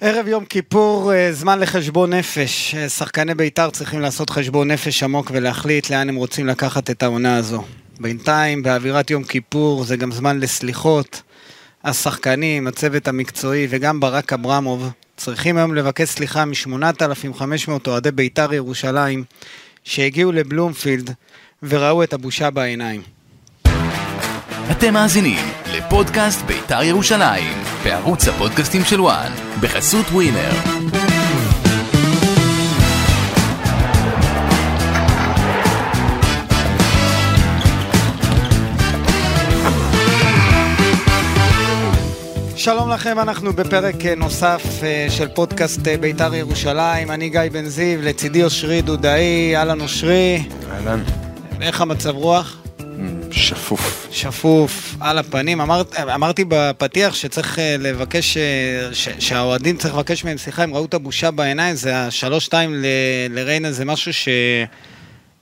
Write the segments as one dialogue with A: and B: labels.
A: ערב יום כיפור, אה, זמן לחשבון נפש. אה, שחקני בית"ר צריכים לעשות חשבון נפש עמוק ולהחליט לאן הם רוצים לקחת את העונה הזו. בינתיים, באווירת יום כיפור, זה גם זמן לסליחות. השחקנים, הצוות המקצועי וגם ברק אברמוב צריכים היום לבקש סליחה מ-8,500 אוהדי בית"ר ירושלים שהגיעו לבלומפילד וראו את הבושה בעיניים.
B: אתם מאזינים לפודקאסט בית"ר ירושלים, בערוץ הפודקאסטים של וואן, בחסות ווינר.
A: שלום לכם, אנחנו בפרק אה, נוסף אה, של פודקאסט אה, בית"ר ירושלים. אני גיא בן זיו, לצידי אושרי דודאי, אהלן אושרי.
C: אהלן.
A: איך המצב רוח?
C: שפוף.
A: שפוף, על הפנים. אמרת, אמרתי בפתיח שצריך אה, לבקש, אה, ש, שהאוהדים צריך לבקש מהם סליחה, הם ראו את הבושה בעיניים, זה השלוש-שתיים ל- לריינה, זה משהו ש...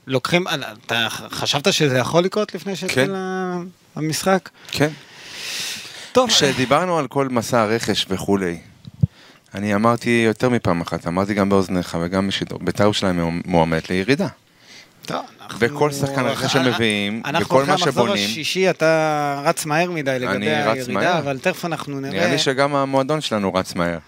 A: לוקחים, אתה חשבת שזה יכול לקרות לפני שהתחיל
C: כן.
A: ה- המשחק?
C: כן.
A: טוב,
C: כשדיברנו על כל מסע הרכש וכולי, אני אמרתי יותר מפעם אחת, אמרתי גם באוזניך וגם בשידור, בית"ר ירושלים מועמדת לירידה.
A: טוב, אנחנו-
C: וכל שחקן אחר שמביאים,
A: אנחנו
C: וכל
A: אחרי
C: מה
A: המחזור
C: שבונים-
A: השישי, אתה רץ מהר מדי לגבי
C: אני רץ
A: הירידה,
C: מהר.
A: אבל תכף אנחנו נראה.
C: נראה לי שגם המועדון שלנו רץ מהר.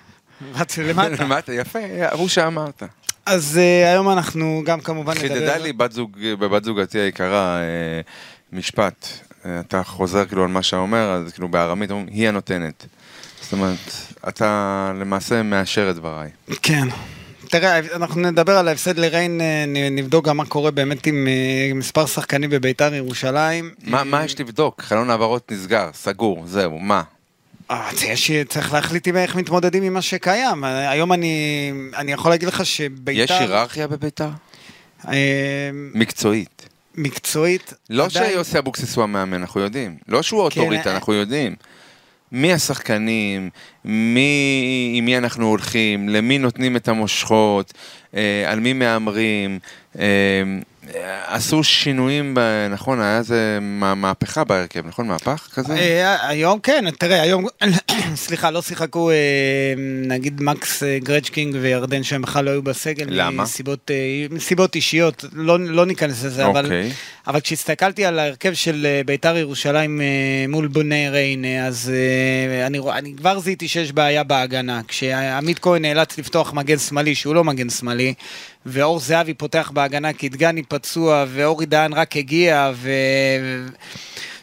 A: רץ למטה.
C: למטה, יפה, אמרו שאמרת.
A: אז אה, היום אנחנו גם כמובן נדבר...
C: חידדה לי בת זוג, בבת זוגתי היקרה אה, משפט. אה, אתה חוזר כאילו על מה שאומר, אז כאילו בארמית אומרים, היא הנותנת. זאת אומרת, אתה למעשה מאשר את דבריי.
A: כן. תראה, אנחנו נדבר על ההפסד לריין, אה, נ- נבדוק גם מה קורה באמת עם אה, מספר שחקנים בביתר ירושלים.
C: מה, מה יש לבדוק? חלון העברות נסגר, סגור, זהו, מה?
A: אה, זה יש- צריך להחליט עם איך מתמודדים עם מה שקיים. אה, היום אני אני יכול להגיד לך שביתר...
C: יש היררכיה בביתר?
A: אה,
C: מקצועית.
A: מקצועית...
C: לא
A: עדיין-
C: שיוסי אבוקסיס הוא המאמן, אנחנו יודעים. לא שהוא
A: כן,
C: אוטוריטה,
A: אה.
C: אנחנו יודעים. מי השחקנים, מי, עם מי אנחנו הולכים, למי נותנים את המושכות, אה, על מי מהמרים. אה, אה, עשו שינויים, ב, נכון, היה איזה מה- מהפכה בהרכב, נכון? מהפך כזה?
A: אה, היום כן, תראה, היום, סליחה, לא שיחקו אה, נגיד מקס אה, גרצ'קינג וירדן שהם בכלל לא היו בסגל.
C: למה?
A: מסיבות, אה, מסיבות אישיות, לא, לא ניכנס לזה, אבל,
C: אוקיי.
A: אבל כשהסתכלתי על ההרכב של אה, ביתר ירושלים אה, מול בוני ריינה, אז אה, אני, רוא- אני כבר זיהיתי שיש בעיה בהגנה. כשעמית כהן נאלץ לפתוח מגן שמאלי, שהוא לא מגן שמאלי, ואור זהבי פותח בהגנה כי דגני פצוע, ואורי דהן רק הגיע, ו...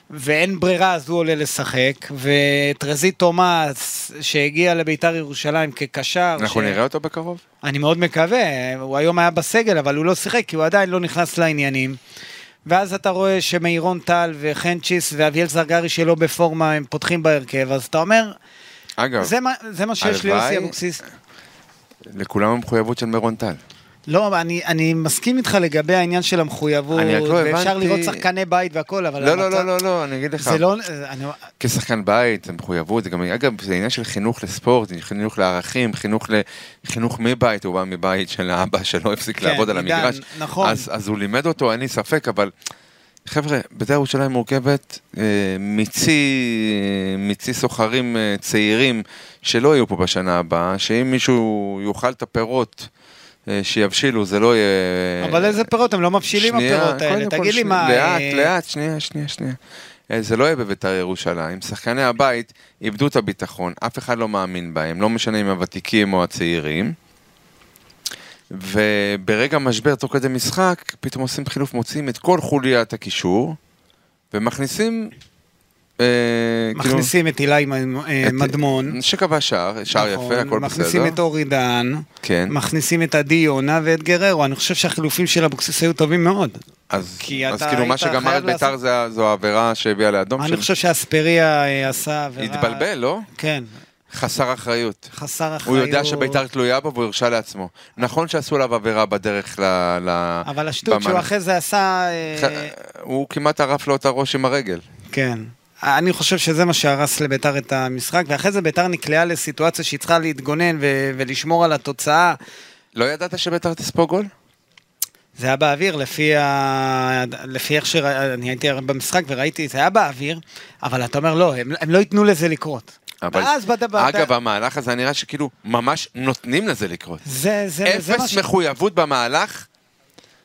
A: ואין ברירה, אז הוא עולה לשחק, וטרזי תומאס, שהגיע לביתר ירושלים כקשר,
C: אנחנו נראה אותו בקרוב?
A: אני מאוד מקווה, הוא היום היה בסגל, אבל הוא לא שיחק, כי הוא עדיין לא נכנס לעניינים. ואז אתה רואה שמאירון טל וחנצ'יס ואביאל זרגרי שלא בפורמה, הם פותחים בהרכב, אז אתה אומר,
C: אגב,
A: זה מה, זה מה שיש ליוסי
C: הלוואי-
A: אבוקסיס.
C: לכולם המחויבות של מירון טל.
A: לא, אבל אני, אני מסכים איתך לגבי העניין של המחויבות,
C: אני רק לא
A: ואפשר
C: הבנתי-
A: לראות שחקני בית והכל, אבל...
C: לא, לא,
A: המצב-
C: לא, לא, לא, אני אגיד לך.
A: זה לא... אני,
C: כשחקן בית, זה מחויבות, זה גם, אגב, זה עניין של חינוך לספורט, זה חינוך לערכים, חינוך, ל, חינוך מבית, הוא בא מבית של האבא שלא הפסיק
A: כן,
C: לעבוד על
A: עידן,
C: המגרש.
A: נכון.
C: אז, אז הוא לימד אותו, אין לי ספק, אבל חבר'ה, בית"ר ירושלים מורכבת אה, מצי, מצי סוחרים אה, צעירים שלא יהיו פה בשנה הבאה, שאם מישהו יאכל את הפירות אה, שיבשילו, זה לא יהיה...
A: אבל איזה פירות, הם לא מבשילים
C: שנייה,
A: הפירות האלה,
C: קודם כל,
A: תגיד לי
C: שני-
A: מה...
C: לאט,
A: אה,
C: לאט, שנייה, שנייה, שנייה. אה, זה לא יהיה בביתר ירושלים, שחקני הבית איבדו את הביטחון, אף אחד לא מאמין בהם, לא משנה אם הוותיקים או הצעירים. וברגע משבר, תוך כדי משחק, פתאום עושים חילוף, מוציאים את כל חוליית הקישור, ומכניסים... אה, כאילו,
A: מכניסים את אילי מ- אה,
C: את-
A: מדמון.
C: שכבש שער, שער
A: נכון,
C: יפה, הכל
A: מכניסים
C: בסדר.
A: את אורי דהן,
C: כן,
A: מכניסים את עדי יונה ואת גררו. אני חושב שהחילופים של אבוקסיס היו טובים מאוד.
C: אז
A: כי
C: אז
A: אתה
C: כאילו מה
A: היית חייב
C: שגמר את ביתר
A: לעשות-
C: זה- זו העבירה שהביאה לאדום,
A: אני חושב שאספריה אה, עשה עבירה...
C: שהתבלבל, לא?
A: כן,
C: חסר אחריות.
A: חסר אחריות.
C: הוא יודע שביתר תלויה בו והוא הרשה לעצמו. נכון שעשו עליו עבירה בדרך ל... ל-
A: אבל השטות שהוא
C: במה-
A: אחרי זה עשה... אה,
C: ח- הוא כמעט ערף לו את הראש עם הרגל.
A: כן. אני חושב שזה מה שהרס לביתר את המשחק, ואחרי זה ביתר נקלעה לסיטואציה שהיא צריכה להתגונן ו- ולשמור על התוצאה.
C: לא ידעת שביתר תספוג גול?
A: זה היה באוויר, לפי, ה... לפי איך שראיתי, אני הייתי במשחק וראיתי, זה היה באוויר, אבל אתה אומר, לא, הם, הם לא ייתנו לזה לקרות.
C: אבל,
A: ואז בדבר...
C: אגב, המהלך הזה נראה שכאילו ממש נותנים לזה לקרות.
A: זה, זה, זה מה
C: אפס
A: ש...
C: מחויבות במהלך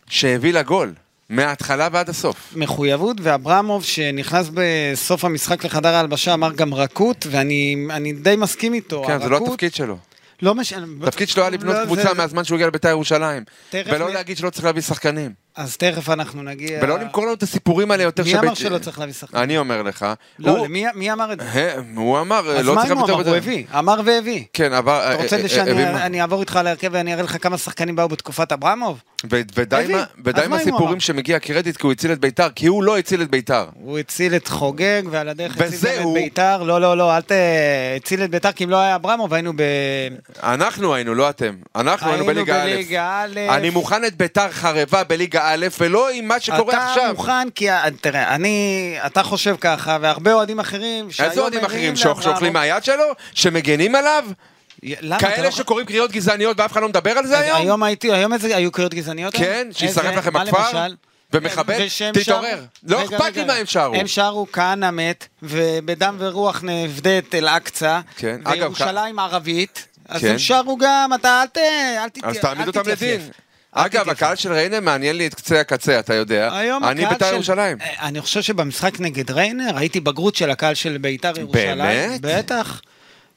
C: שהביא לגול, מההתחלה ועד הסוף.
A: מחויבות, ואברמוב שנכנס בסוף המשחק לחדר ההלבשה אמר גם רכות, ואני אני די מסכים איתו.
C: כן, זה לא
A: הרכות-
C: התפקיד שלו.
A: לא מש...
C: התפקיד שלו היה לבנות
A: לא,
C: קבוצה
A: זה-
C: מהזמן שהוא הגיע לבית"ר ירושלים.
A: תכף
C: ולא
A: נ-
C: להגיד שלא צריך להביא שחקנים.
A: אז תכף אנחנו נגיע...
C: ולא למכור לנו את הסיפורים האלה יותר
A: מי
C: שבית-
A: אמר שלא צריך להביא שחקנים?
C: אני אומר לך.
A: לא,
C: הוא-
A: למי- מי אמר את זה?
C: אה, הוא אמר,
A: אז
C: לא
A: מה
C: צריך
A: אם הוא
C: להביא
A: אמר?
C: יותר
A: הוא הביא. אמר והביא.
C: כן, אבל...
A: אתה רוצה
C: אה, אה, הביא-
A: שאני אני אעבור איתך על ההרכב ואני אראה לך כמה שחקנים באו בתקופת אברמוב?
C: ו- ודי
A: הביא.
C: מה-
A: אז
C: ודי
A: מה
C: עם
A: אם הוא אמר?
C: הסיפורים שמגיע קרדיט כי הוא הציל את ביתר, כי הוא לא הציל את ביתר.
A: הוא הציל את חוגג, ועל הדרך הציל גם
C: וזהו.
A: את ביתר. לא, לא, לא, אל ת... הציל את ביתר, כי אם לא היה אברמוב, היינו ב...
C: אנחנו היינו, לא אתם. אנחנו היינו
A: היינו
C: בליגה א'.
A: בליגה א'.
C: אני מוכן את ביתר חרבה בליגה א', ולא עם מה שקורה
A: אתה
C: עכשיו.
A: מוכן, כי ה- תראה, אני, אתה חושב ככה, והרבה אוהדים אחרים,
C: איזה
A: שהיום
C: אוהדים
A: מריעים
C: אחרים
A: לאברמוב-
C: שאוכלים מהיד שלו? שמגנים עליו?
A: למה, אתה לא-
C: כאלה שקוראים קריאות גזעניות ואף אחד לא מדבר על זה
A: אז
C: היום?
A: היום הייתי, היום איזה, היו קריאות גזעניות?
C: כן,
A: היום?
C: שישרף
A: איזה?
C: לכם
A: מה
C: הכפר?
A: למשל?
C: ומחבל?
A: ושהם
C: תתעורר.
A: שרו-
C: לא
A: רגע,
C: אכפת
A: רגע,
C: לי מה
A: רגע.
C: הם שרו.
A: הם שרו כהנא מת, ובדם ורוח נפדה את אל-אקצא.
C: כן, אגב,
A: וירושלים ערבית. אז
C: כן.
A: הם שרו גם, אתה אל ת... אל תתייפ-
C: אז
A: כן, אל
C: תעמיד אותם
A: תתייפייף.
C: לדין.
A: אל
C: אגב,
A: תתייפייף.
C: הקהל של ריינה מעניין לי את קצה הקצה, אתה יודע.
A: היום
C: אה, אני
A: הקהל
C: בית"ר
A: של-
C: ירושלים.
A: אה, אני חושב שבמשחק נגד ריינר ראיתי בגרות של הקהל של ביתר ירושלים.
C: באמת?
A: בטח.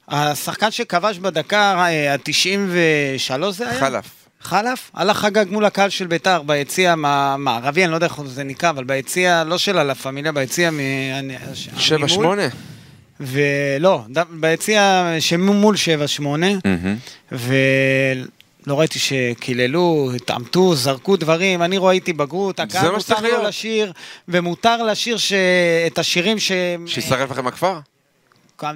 A: השחקן שכבש בדקה ה-93 זה היה?
C: חלף.
A: חלף? הלך חגג מול הקהל של ביתר ביציע המ- המערבי, אני לא יודע איך זה נקרא, אבל ביציע, לא של הלה פמיליה, ביציע מ... אני- הש-
C: שבע
A: ממול.
C: שמונה.
A: ולא, ד- ביציע שממול 7-8, ולא ראיתי שקיללו, התעמתו, זרקו דברים, אני ראיתי בגרות,
C: זה
A: הקהל
C: מה
A: מותר
C: שצריך
A: לו
C: להיות.
A: לשיר, ומותר לשיר ש... את השירים ש... אה,
C: שישרף לכם הכפר?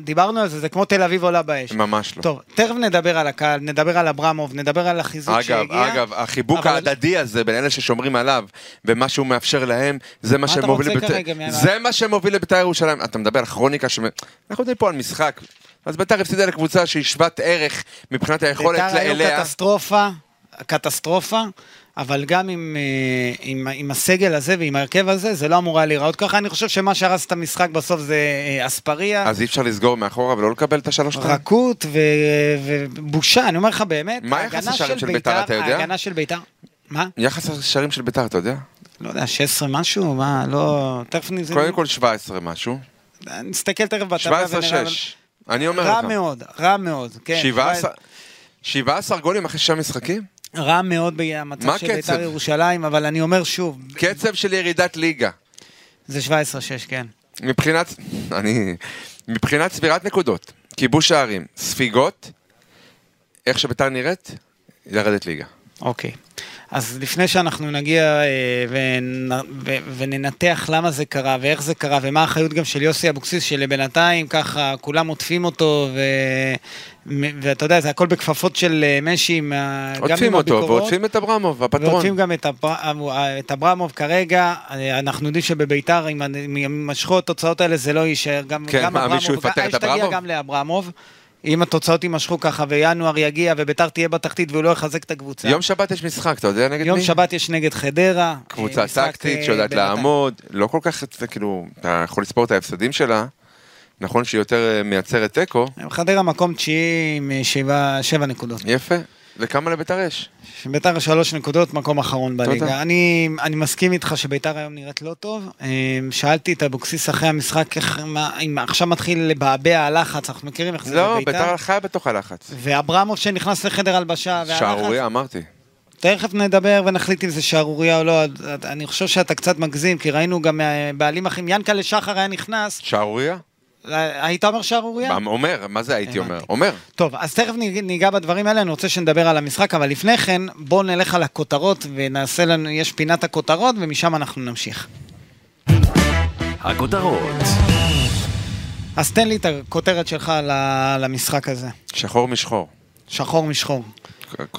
A: דיברנו על זה, זה כמו תל אביב עולה באש.
C: ממש לא.
A: טוב, תכף נדבר על הקהל, נדבר על אברמוב, נדבר על החיזוק
C: אגב,
A: שהגיע.
C: אגב, החיבוק
A: אבל-
C: ההדדי הזה בין אלה ששומרים עליו ומה שהוא מאפשר להם, זה מה
A: מה אתה
C: שמוביל
A: רוצה
C: לבית"ר-
A: כרגע מעליו?
C: זה מה שמוביל לבית"ר ירושלים. אתה מדבר על כרוניקה, שמ- אנחנו מדברים פה על משחק. אז בית"ר הפסידה לקבוצה שהיא שוות ערך מבחינת היכולת
A: ביתר היו
C: אליה.
A: קטסטרופה, קטסטרופה, אבל גם עם, אה, עם, עם הסגל הזה ועם ההרכב הזה, זה לא אמור היה להיראות ככה. אני חושב שמה שהרס את המשחק בסוף זה אה, אספריה,
C: אז אי אפשר לסגור מאחורה ולא לקבל את השלוש שתיים.
A: נכון. רכות ו- ובושה, אני אומר לך באמת.
C: מה יחס
A: ההגנה
C: השערים של ביתר, אתה יודע?
A: ההגנה של ביתר, מה?
C: יחס השערים של בית"ר, אתה יודע?
A: לא יודע, 16 משהו? מה, לא... תכף נ-
C: קודם כל 17 משהו.
A: נסתכל תכף בטבלה
C: 17-6.
A: אבל-
C: אני אומר
A: רע
C: לך.
A: מאוד, רע מאוד, כן.
C: 17 17 גולים אחרי שישה משחקים?
A: רע מאוד במצב
C: מה
A: של ביתר
C: הקצב?
A: ירושלים, אבל אני אומר שוב,
C: קצב של ירידת ליגה.
A: זה 17-6, כן.
C: מבחינת, אני, מבחינת ספירת נקודות, כיבוש שערים, ספיגות, איך שביתר נראית, ירדת ליגה.
A: אוקיי. אז לפני שאנחנו נגיע אה, ונ... ו... וננתח למה זה קרה ואיך זה קרה ומה האחריות גם של יוסי אבוקסיס שלבינתיים ככה כולם עוטפים אותו ו... מ- ואתה יודע זה הכל בכפפות של אה, משי עם ה- גם עם
C: עוטפים אותו
A: הביקורות.
C: ועוטפים את אברמוב, הפטרון.
A: ועוטפים גם את, הפ- אה, את אברמוב כרגע, אה, אנחנו יודעים שבביתר, אם אם יימשכו התוצאות האלה, זה לא יישאר, גם,
C: כן,
A: גם
C: מה,
A: אברמוב,
C: מישהו יפטר את
A: האש תגיע
C: אברמוב?
A: גם לאברמוב, אם התוצאות יימשכו ככה וינואר יגיע וביתר תהיה בתחתית והוא לא יחזק את הקבוצה.
C: יום שבת יש משחק, אתה יודע נגד
A: יום
C: מי?
A: שבת יש נגד חדרה. אה,
C: קבוצה
A: משחק,
C: טקטית
A: אה,
C: שיודעת
A: בינתיים.
C: לעמוד, לא כל כך, זה כאילו, אתה יכול לספור את ההפסדים שלה, נכון שהיא יותר אה, מייצרת תיקו,
A: חדרה מקום תשיעי עם אה, שבעה- שבע נקודות.
C: יפה. וכמה לביתר יש?
A: ביתר שלוש נקודות, מקום אחרון בליגה.
C: תודה.
A: אני, אני מסכים איתך שביתר היום נראית לא טוב. אה, שאלתי את אבוקסיס אחרי המשחק, איך- מה- אם עכשיו מתחיל לבעבע הלחץ, אנחנו מכירים איך זה
C: לא,
A: בביתר.
C: ביתר חיה בתוך הלחץ.
A: ואברמוב שנכנס לחדר הלבשה, והלחץ,
C: שערורייה, אמרתי.
A: תכף נדבר ונחליט אם זה שערורייה או לא, את- אני חושב שאתה קצת מגזים, כי ראינו גם אה, בעלים אחרים, ינקלה שחר היה נכנס,
C: שערורייה? אמ,
A: אה, היית אומר שערורייה?
C: אומר, מה זה הייתי אומר?
A: הבנתי.
C: אומר.
A: טוב, אז תכף ניג- ניגע בדברים האלה, אני רוצה שנדבר על המשחק, אבל לפני כן, בואו נלך על הכותרות ונעשה לנו, יש פינת הכותרות ומשם אנחנו נמשיך.
B: הכותרות.
A: אז תן לי את הכותרת שלך על המשחק הזה,
C: שחור משחור.
A: שחור משחור.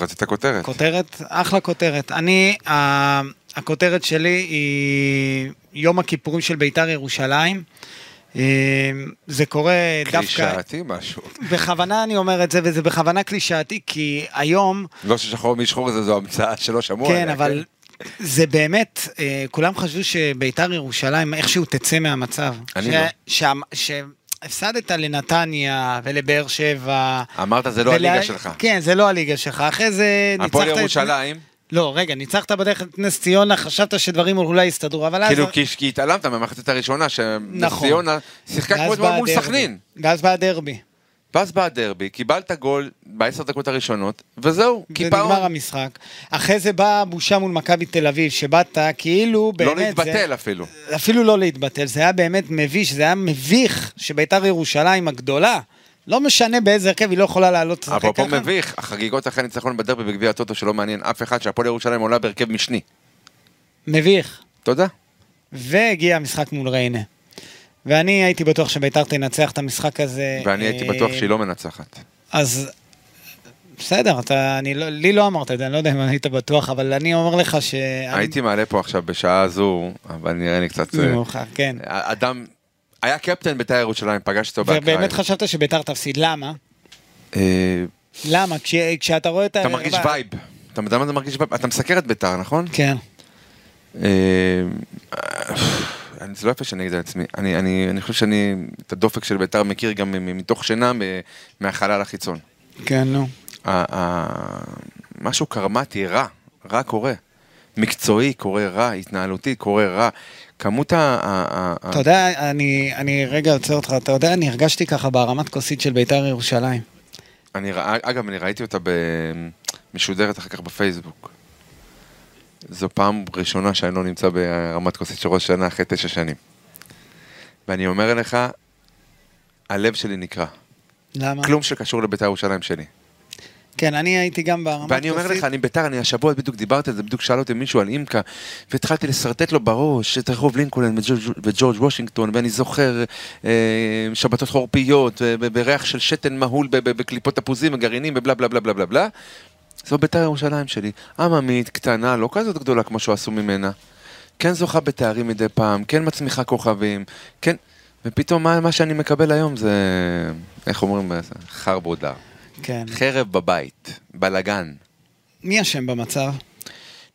C: רצית כותרת.
A: כותרת, אחלה כותרת. אני, ה- הכותרת שלי היא יום הכיפורים של בית"ר ירושלים. אה, זה קורה דווקא,
C: קלישאתי משהו.
A: בכוונה אני אומר את זה, וזה בכוונה קלישאתי, כי היום
C: לא ששחור משחור זה זו המצאה שלא שמעו
A: כן,
C: עליה,
A: אבל זה באמת, אה, כולם חשבו שביתר ירושלים איכשהו תצא מהמצב.
C: אני
A: ש-
C: לא.
A: שה- ש- הפסדת לנתניה ולבאר שבע.
C: אמרת, זה לא
A: ולה-
C: הליגה שלך.
A: כן, זה לא הליגה שלך. אחרי זה ניצחת...
C: הפועל
A: את-
C: ירושלים,
A: לא, רגע, ניצחת בדרך את נס ציונה, חשבת שדברים אולי יסתדרו, אבל אז...
C: כאילו כי כי התעלמת מהמחצית הראשונה, שנס
A: נכון.
C: ציונה שיחקה
A: ואז
C: כמו אתמול
A: בא
C: מול
A: הדרבי.
C: סכנין.
A: ואז בא הדרבי.
C: ואז בא הדרבי, קיבלת גול בעשר דקות הראשונות, וזהו,
A: ונגמר
C: קיפאון.
A: המשחק. אחרי זה באה הבושה מול מכבי תל אביב, שבאת כאילו באמת...
C: לא
A: זה-
C: להתבטל אפילו.
A: אפילו לא להתבטל, זה היה באמת מביש, זה היה מביך שביתר ירושלים הגדולה, לא משנה באיזה הרכב, היא לא יכולה לעלות לשחק
C: אפרופו
A: ככה.
C: מביך, החגיגות אחרי הניצחון בדרבי בגביע הטוטו שלא מעניין אף אחד, שהפועל ירושלים עולה בהרכב משני.
A: מביך.
C: תודה.
A: והגיע המשחק מול ריינה. ואני הייתי בטוח שביתר תנצח את המשחק הזה.
C: ואני הייתי
A: אה,
C: בטוח שהיא לא מנצחת.
A: אז בסדר, אתה, אני לא, לי לא אמרת את זה, אני לא יודע אם היית בטוח, אבל אני אומר לך ש...
C: הייתי מעלה פה עכשיו בשעה הזו, אבל נראה לי קצת...
A: זה
C: אה,
A: מאוחר, כן.
C: אדם, היה קפטן בית"ר ירושלים, פגשתי אותו בהקראה.
A: ובאמת חשבת שביתר תפסיד, למה?
C: אה,
A: למה? כש, כשאתה רואה את...
C: אתה
A: ההרכב-
C: מרגיש וייב. אתה יודע מה אתה מרגיש וייב? אתה מסקר את בית"ר, נכון?
A: כן.
C: אה, אני- זה לא יפה שאני אגיד על עצמי, אני- אני אני חושב שאני את הדופק של בית"ר מכיר גם מ- מתוך שינה, מ- מהחלל החיצון.
A: כן, נו.
C: ה- ה- משהו קרמטי רע, רע קורה. מקצועי קורה רע, התנהלותי קורה רע. כמות ה... ה- ה- ה-
A: אתה יודע, אני, אני רגע עוצר אותך, אתה יודע, אני הרגשתי ככה בהרמת כוסית של ביתר ירושלים.
C: אני ראה, אגב, אני ראיתי אותה ב- משודרת אחר כך בפייסבוק. זו פעם ראשונה שאני לא נמצא ברמת כוסית של ראש שנה אחרי תשע שנים. ואני אומר לך, הלב שלי נקרע.
A: למה?
C: כלום שקשור לבית"ר ירושלים שלי.
A: כן, אני הייתי גם בהרמת כוסית.
C: ואני אומר לך, אני בית"ר, אני השבוע בדיוק דיברתי על זה, בדיוק שאל אותי מישהו על אימקה, והתחלתי לשרטט לו בראש את רחוב לינקולן וג'ורג'- וג'ורג' וושינגטון, ואני זוכר אה, שבתות חורפיות, אה, ב- בריח של שתן מהול ב- ב- בקליפות תפוזים וגרעינים ובלה בלה בלה בלה בלה בלה. זו בית"ר ירושלים שלי, עממית, קטנה, לא כזאת גדולה כמו שעשו ממנה. כן זוכה בתארים מדי פעם, כן מצמיחה כוכבים, כן... ופתאום מה, מה שאני מקבל היום זה, איך אומרים, חרבודה.
A: כן.
C: חרב בבית, בלאגן.
A: מי אשם במצב?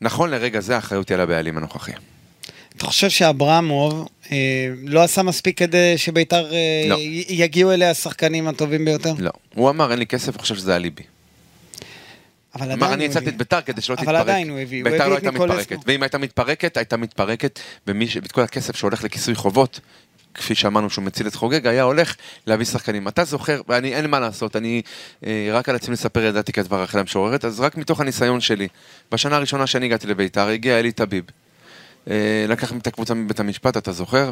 C: נכון לרגע זה האחריות היא על הבעלים הנוכחי.
A: כן. אתה חושב שאברמוב אה, לא עשה מספיק כדי שביתר אה,
C: לא.
A: י- יגיעו אליה השחקנים הטובים ביותר?
C: לא. הוא אמר, אין לי כסף, הוא חושב שזה אליבי.
A: אבל עדיין
C: אמר,
A: הוא
C: אני הצלתי
A: הביא.
C: את ביתר כדי שלא
A: אבל
C: תתפרק.
A: עדיין הוא הביא, הוא
C: ביתר
A: הביא
C: לא
A: את
C: הייתה מתפרקת.
A: ניקולסקו.
C: ואם הייתה מתפרקת, הייתה מתפרקת במי ש- ואת כל הכסף שהולך לכיסוי חובות. כפי שאמרנו שהוא מציל את חוגג, היה הולך להביא שחקנים. אתה זוכר, ואני, אין לי מה לעשות, אני אה, רק על עצמי לספר ידעתי כדבר אחרי המשוררת, אז רק מתוך הניסיון שלי. בשנה הראשונה שאני הגעתי לביתר, הגיע אלי טביב. אה, לקח את הקבוצה מבית המשפט, אתה זוכר?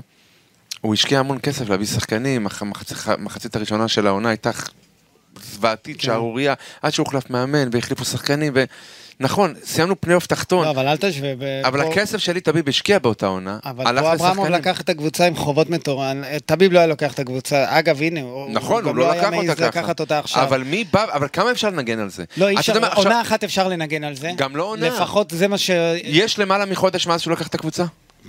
C: הוא השקיע המון כסף להביא שחקנים, אך המחצ- המחצית הראשונה של העונה הייתה זוועתית,
A: כן.
C: שערורייה, עד שהוחלף מאמן והחליפו שחקנים, ונכון, סיימנו פלייאוף תחתון,
A: לא, אבל אל תשווה. ב-
C: אבל
A: פה-
C: הכסף שלי תביב השקיע באותה עונה,
A: אבל פה אברמוב לקח את הקבוצה עם חובות מטורן, אה, טביב לא היה לוקח את הקבוצה, אגב הנה,
C: נכון, הוא
A: גם
C: לא לקח
A: היה
C: אותה
A: מעז
C: ככה.
A: לקחת אותה עכשיו.
C: אבל מי בא, אבל כמה אפשר לנגן על זה?
A: לא, אי
C: אה, אתה
A: אפשר,
C: יודע מה, עכשיו-
A: עונה אחת אפשר לנגן על זה.
C: גם לא עונה.
A: לפחות זה מה ש...
C: יש למעלה מחודש מאז שהוא לקח את הקבוצה?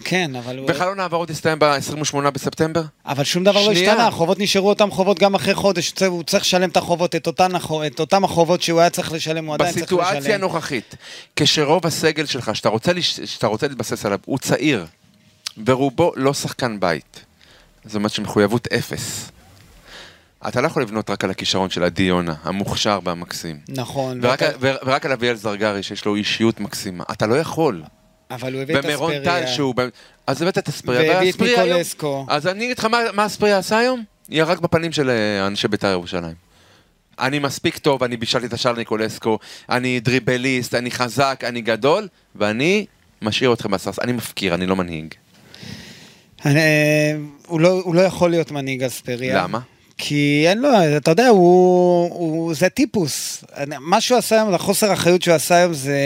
A: כן, אבל הוא...
C: וחלון ההעברות הסתיים ב-28 בספטמבר?
A: אבל שום דבר לא
C: שנייה.
A: השתנה, החובות נשארו אותם חובות גם אחרי חודש, הוא צריך- הוא צריך לשלם את החובות, את אותן החו- את אותם החובות שהוא היה צריך לשלם, הוא עדיין צריך לשלם.
C: בסיטואציה הנוכחית, כשרוב הסגל שלך, שאתה רוצה, לש... שאתה רוצה להתבסס עליו, הוא צעיר, ורובו לא שחקן בית. זאת אומרת שמחויבות אפס. אתה לא יכול לבנות רק על הכישרון של עדי יונה, המוכשר והמקסים.
A: נכון,
C: ורק,
A: ואתה-
C: ו... ורק על אביאל זרגרי, שיש לו אישיות מקסימה. אתה לא יכול.
A: אבל הוא הביא את
C: ומירון טל
A: אספריה.
C: שהוא... ב- אז הבאת את אספריה,
A: והביא את
C: והאספריה היום-
A: ניקולסקו.
C: אז אני אגיד לך מה, מה אספריה עשה היום? ירק בפנים של אה, אנשי בית"ר ירושלים. אני מספיק טוב, אני בישלתי את השער ניקולסקו, אני דריבליסט, אני חזק, אני גדול, ואני משאיר אתכם בסרס. אני מפקיר, אני לא מנהיג.
A: אני- אה, הוא לא- הוא לא יכול להיות מנהיג אספריה.
C: למה?
A: כי אין לו, אתה יודע, הוא, הוא, זה טיפוס. אני- מה שהוא עשה היום, החוסר אחריות שהוא עשה היום זה,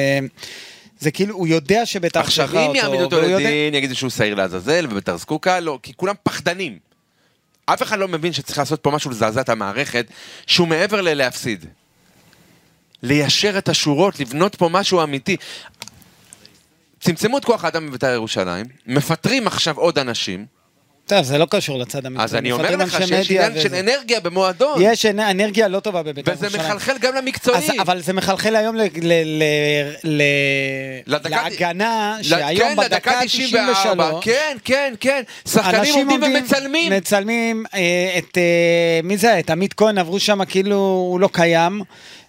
A: זה כאילו, הוא יודע שביתר
C: עכשיו,
A: צריכה
C: אם יעמידו אותו
A: והוא יודע-
C: לדין, יגידו שהוא שעיר לעזאזל ובית"ר זקוקה לו, כי כולם פחדנים. אף אחד לא מבין שצריך לעשות פה משהו לזעזע את המערכת, שהוא מעבר ללהפסיד. ליישר את השורות, לבנות פה משהו אמיתי. צמצמו את כוח האדם בבית"ר ירושלים, מפטרים עכשיו עוד אנשים,
A: טוב, זה לא קשור לצד המקצועי.
C: אז אני אומר
A: מפטרים
C: לך
A: אנשי
C: שיש
A: מדיה
C: עניין של
A: וזה.
C: אנרגיה במועדון,
A: יש אנ- אנרגיה לא טובה בבית"ר
C: וזה
A: ירושלים.
C: מחלחל גם למקצועי.
A: אז- אבל זה מחלחל היום ל- ל- ל- ל-
C: לדקה-
A: להגנה,
C: ל-
A: שהיום
C: כן,
A: בדקה
C: לדקה
A: 93,
C: כן, כן, כן. שחקנים
A: אנשים
C: עומדים ומצלמים.
A: מצלמים אה, את, אה, מי זה, את עמית כהן עברו שם כאילו הוא לא קיים.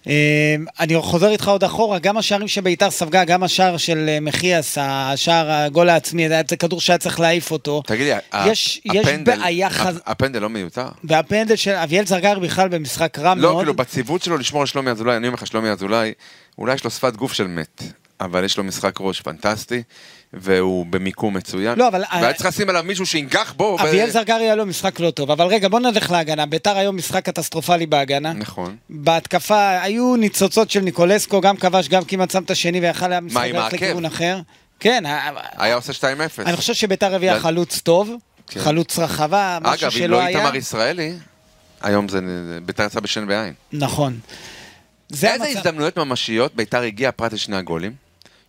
A: אה, אני חוזר איתך עוד אחורה, גם השערים שביתר ספגה, גם השער של אה, מחיאס, השער, הגול העצמי, זה היה כדור שהיה צריך להעיף אותו.
C: תגידי, ה-
A: יש-
C: ה-
A: יש
C: הפנדל-
A: בעיה
C: ה-
A: חז-
C: הפנדל לא מיותר?
A: והפנדל של אביאל זרגר בכלל במשחק רע
C: לא,
A: מאוד.
C: כאילו, בציוות שלו לשמור על שלומי אזולאי, אני אומר לך, שלומי אזולאי, אולי יש לו שפת גוף של מת, אבל יש לו משחק ראש פנטסטי, והוא במיקום מצוין.
A: לא, אבל-
C: והיה צריך לשים עליו מישהו שינגח בו. ו-
A: אביאל זרגר היה לו משחק לא טוב, אבל רגע, בוא נלך להגנה. ביתר היום משחק קטסטרופלי בהגנה.
C: נכון.
A: בהתקפה היו ניצוצות של ניקולסקו, גם כבש, גם כמעט שם את השני, ויכל היה משחק
C: עם
A: ללכת
C: העקב?
A: לכיוון אחר. כן, ה-
C: היה עושה 2-0.
A: אני חושב שביתר הביאה
C: ואני-
A: חלוץ טוב,
C: כן.
A: חלוץ רחבה, משהו
C: אגב, אם
A: שלא
C: לא
A: היה.
C: איתמר ישראלי, היום זה זה- ביתר יצא בשן ועין.
A: נכון. זה
C: איזה
A: המצב-
C: הזדמנויות ממשיות ביתר הגיעה פרט לשני הגולים?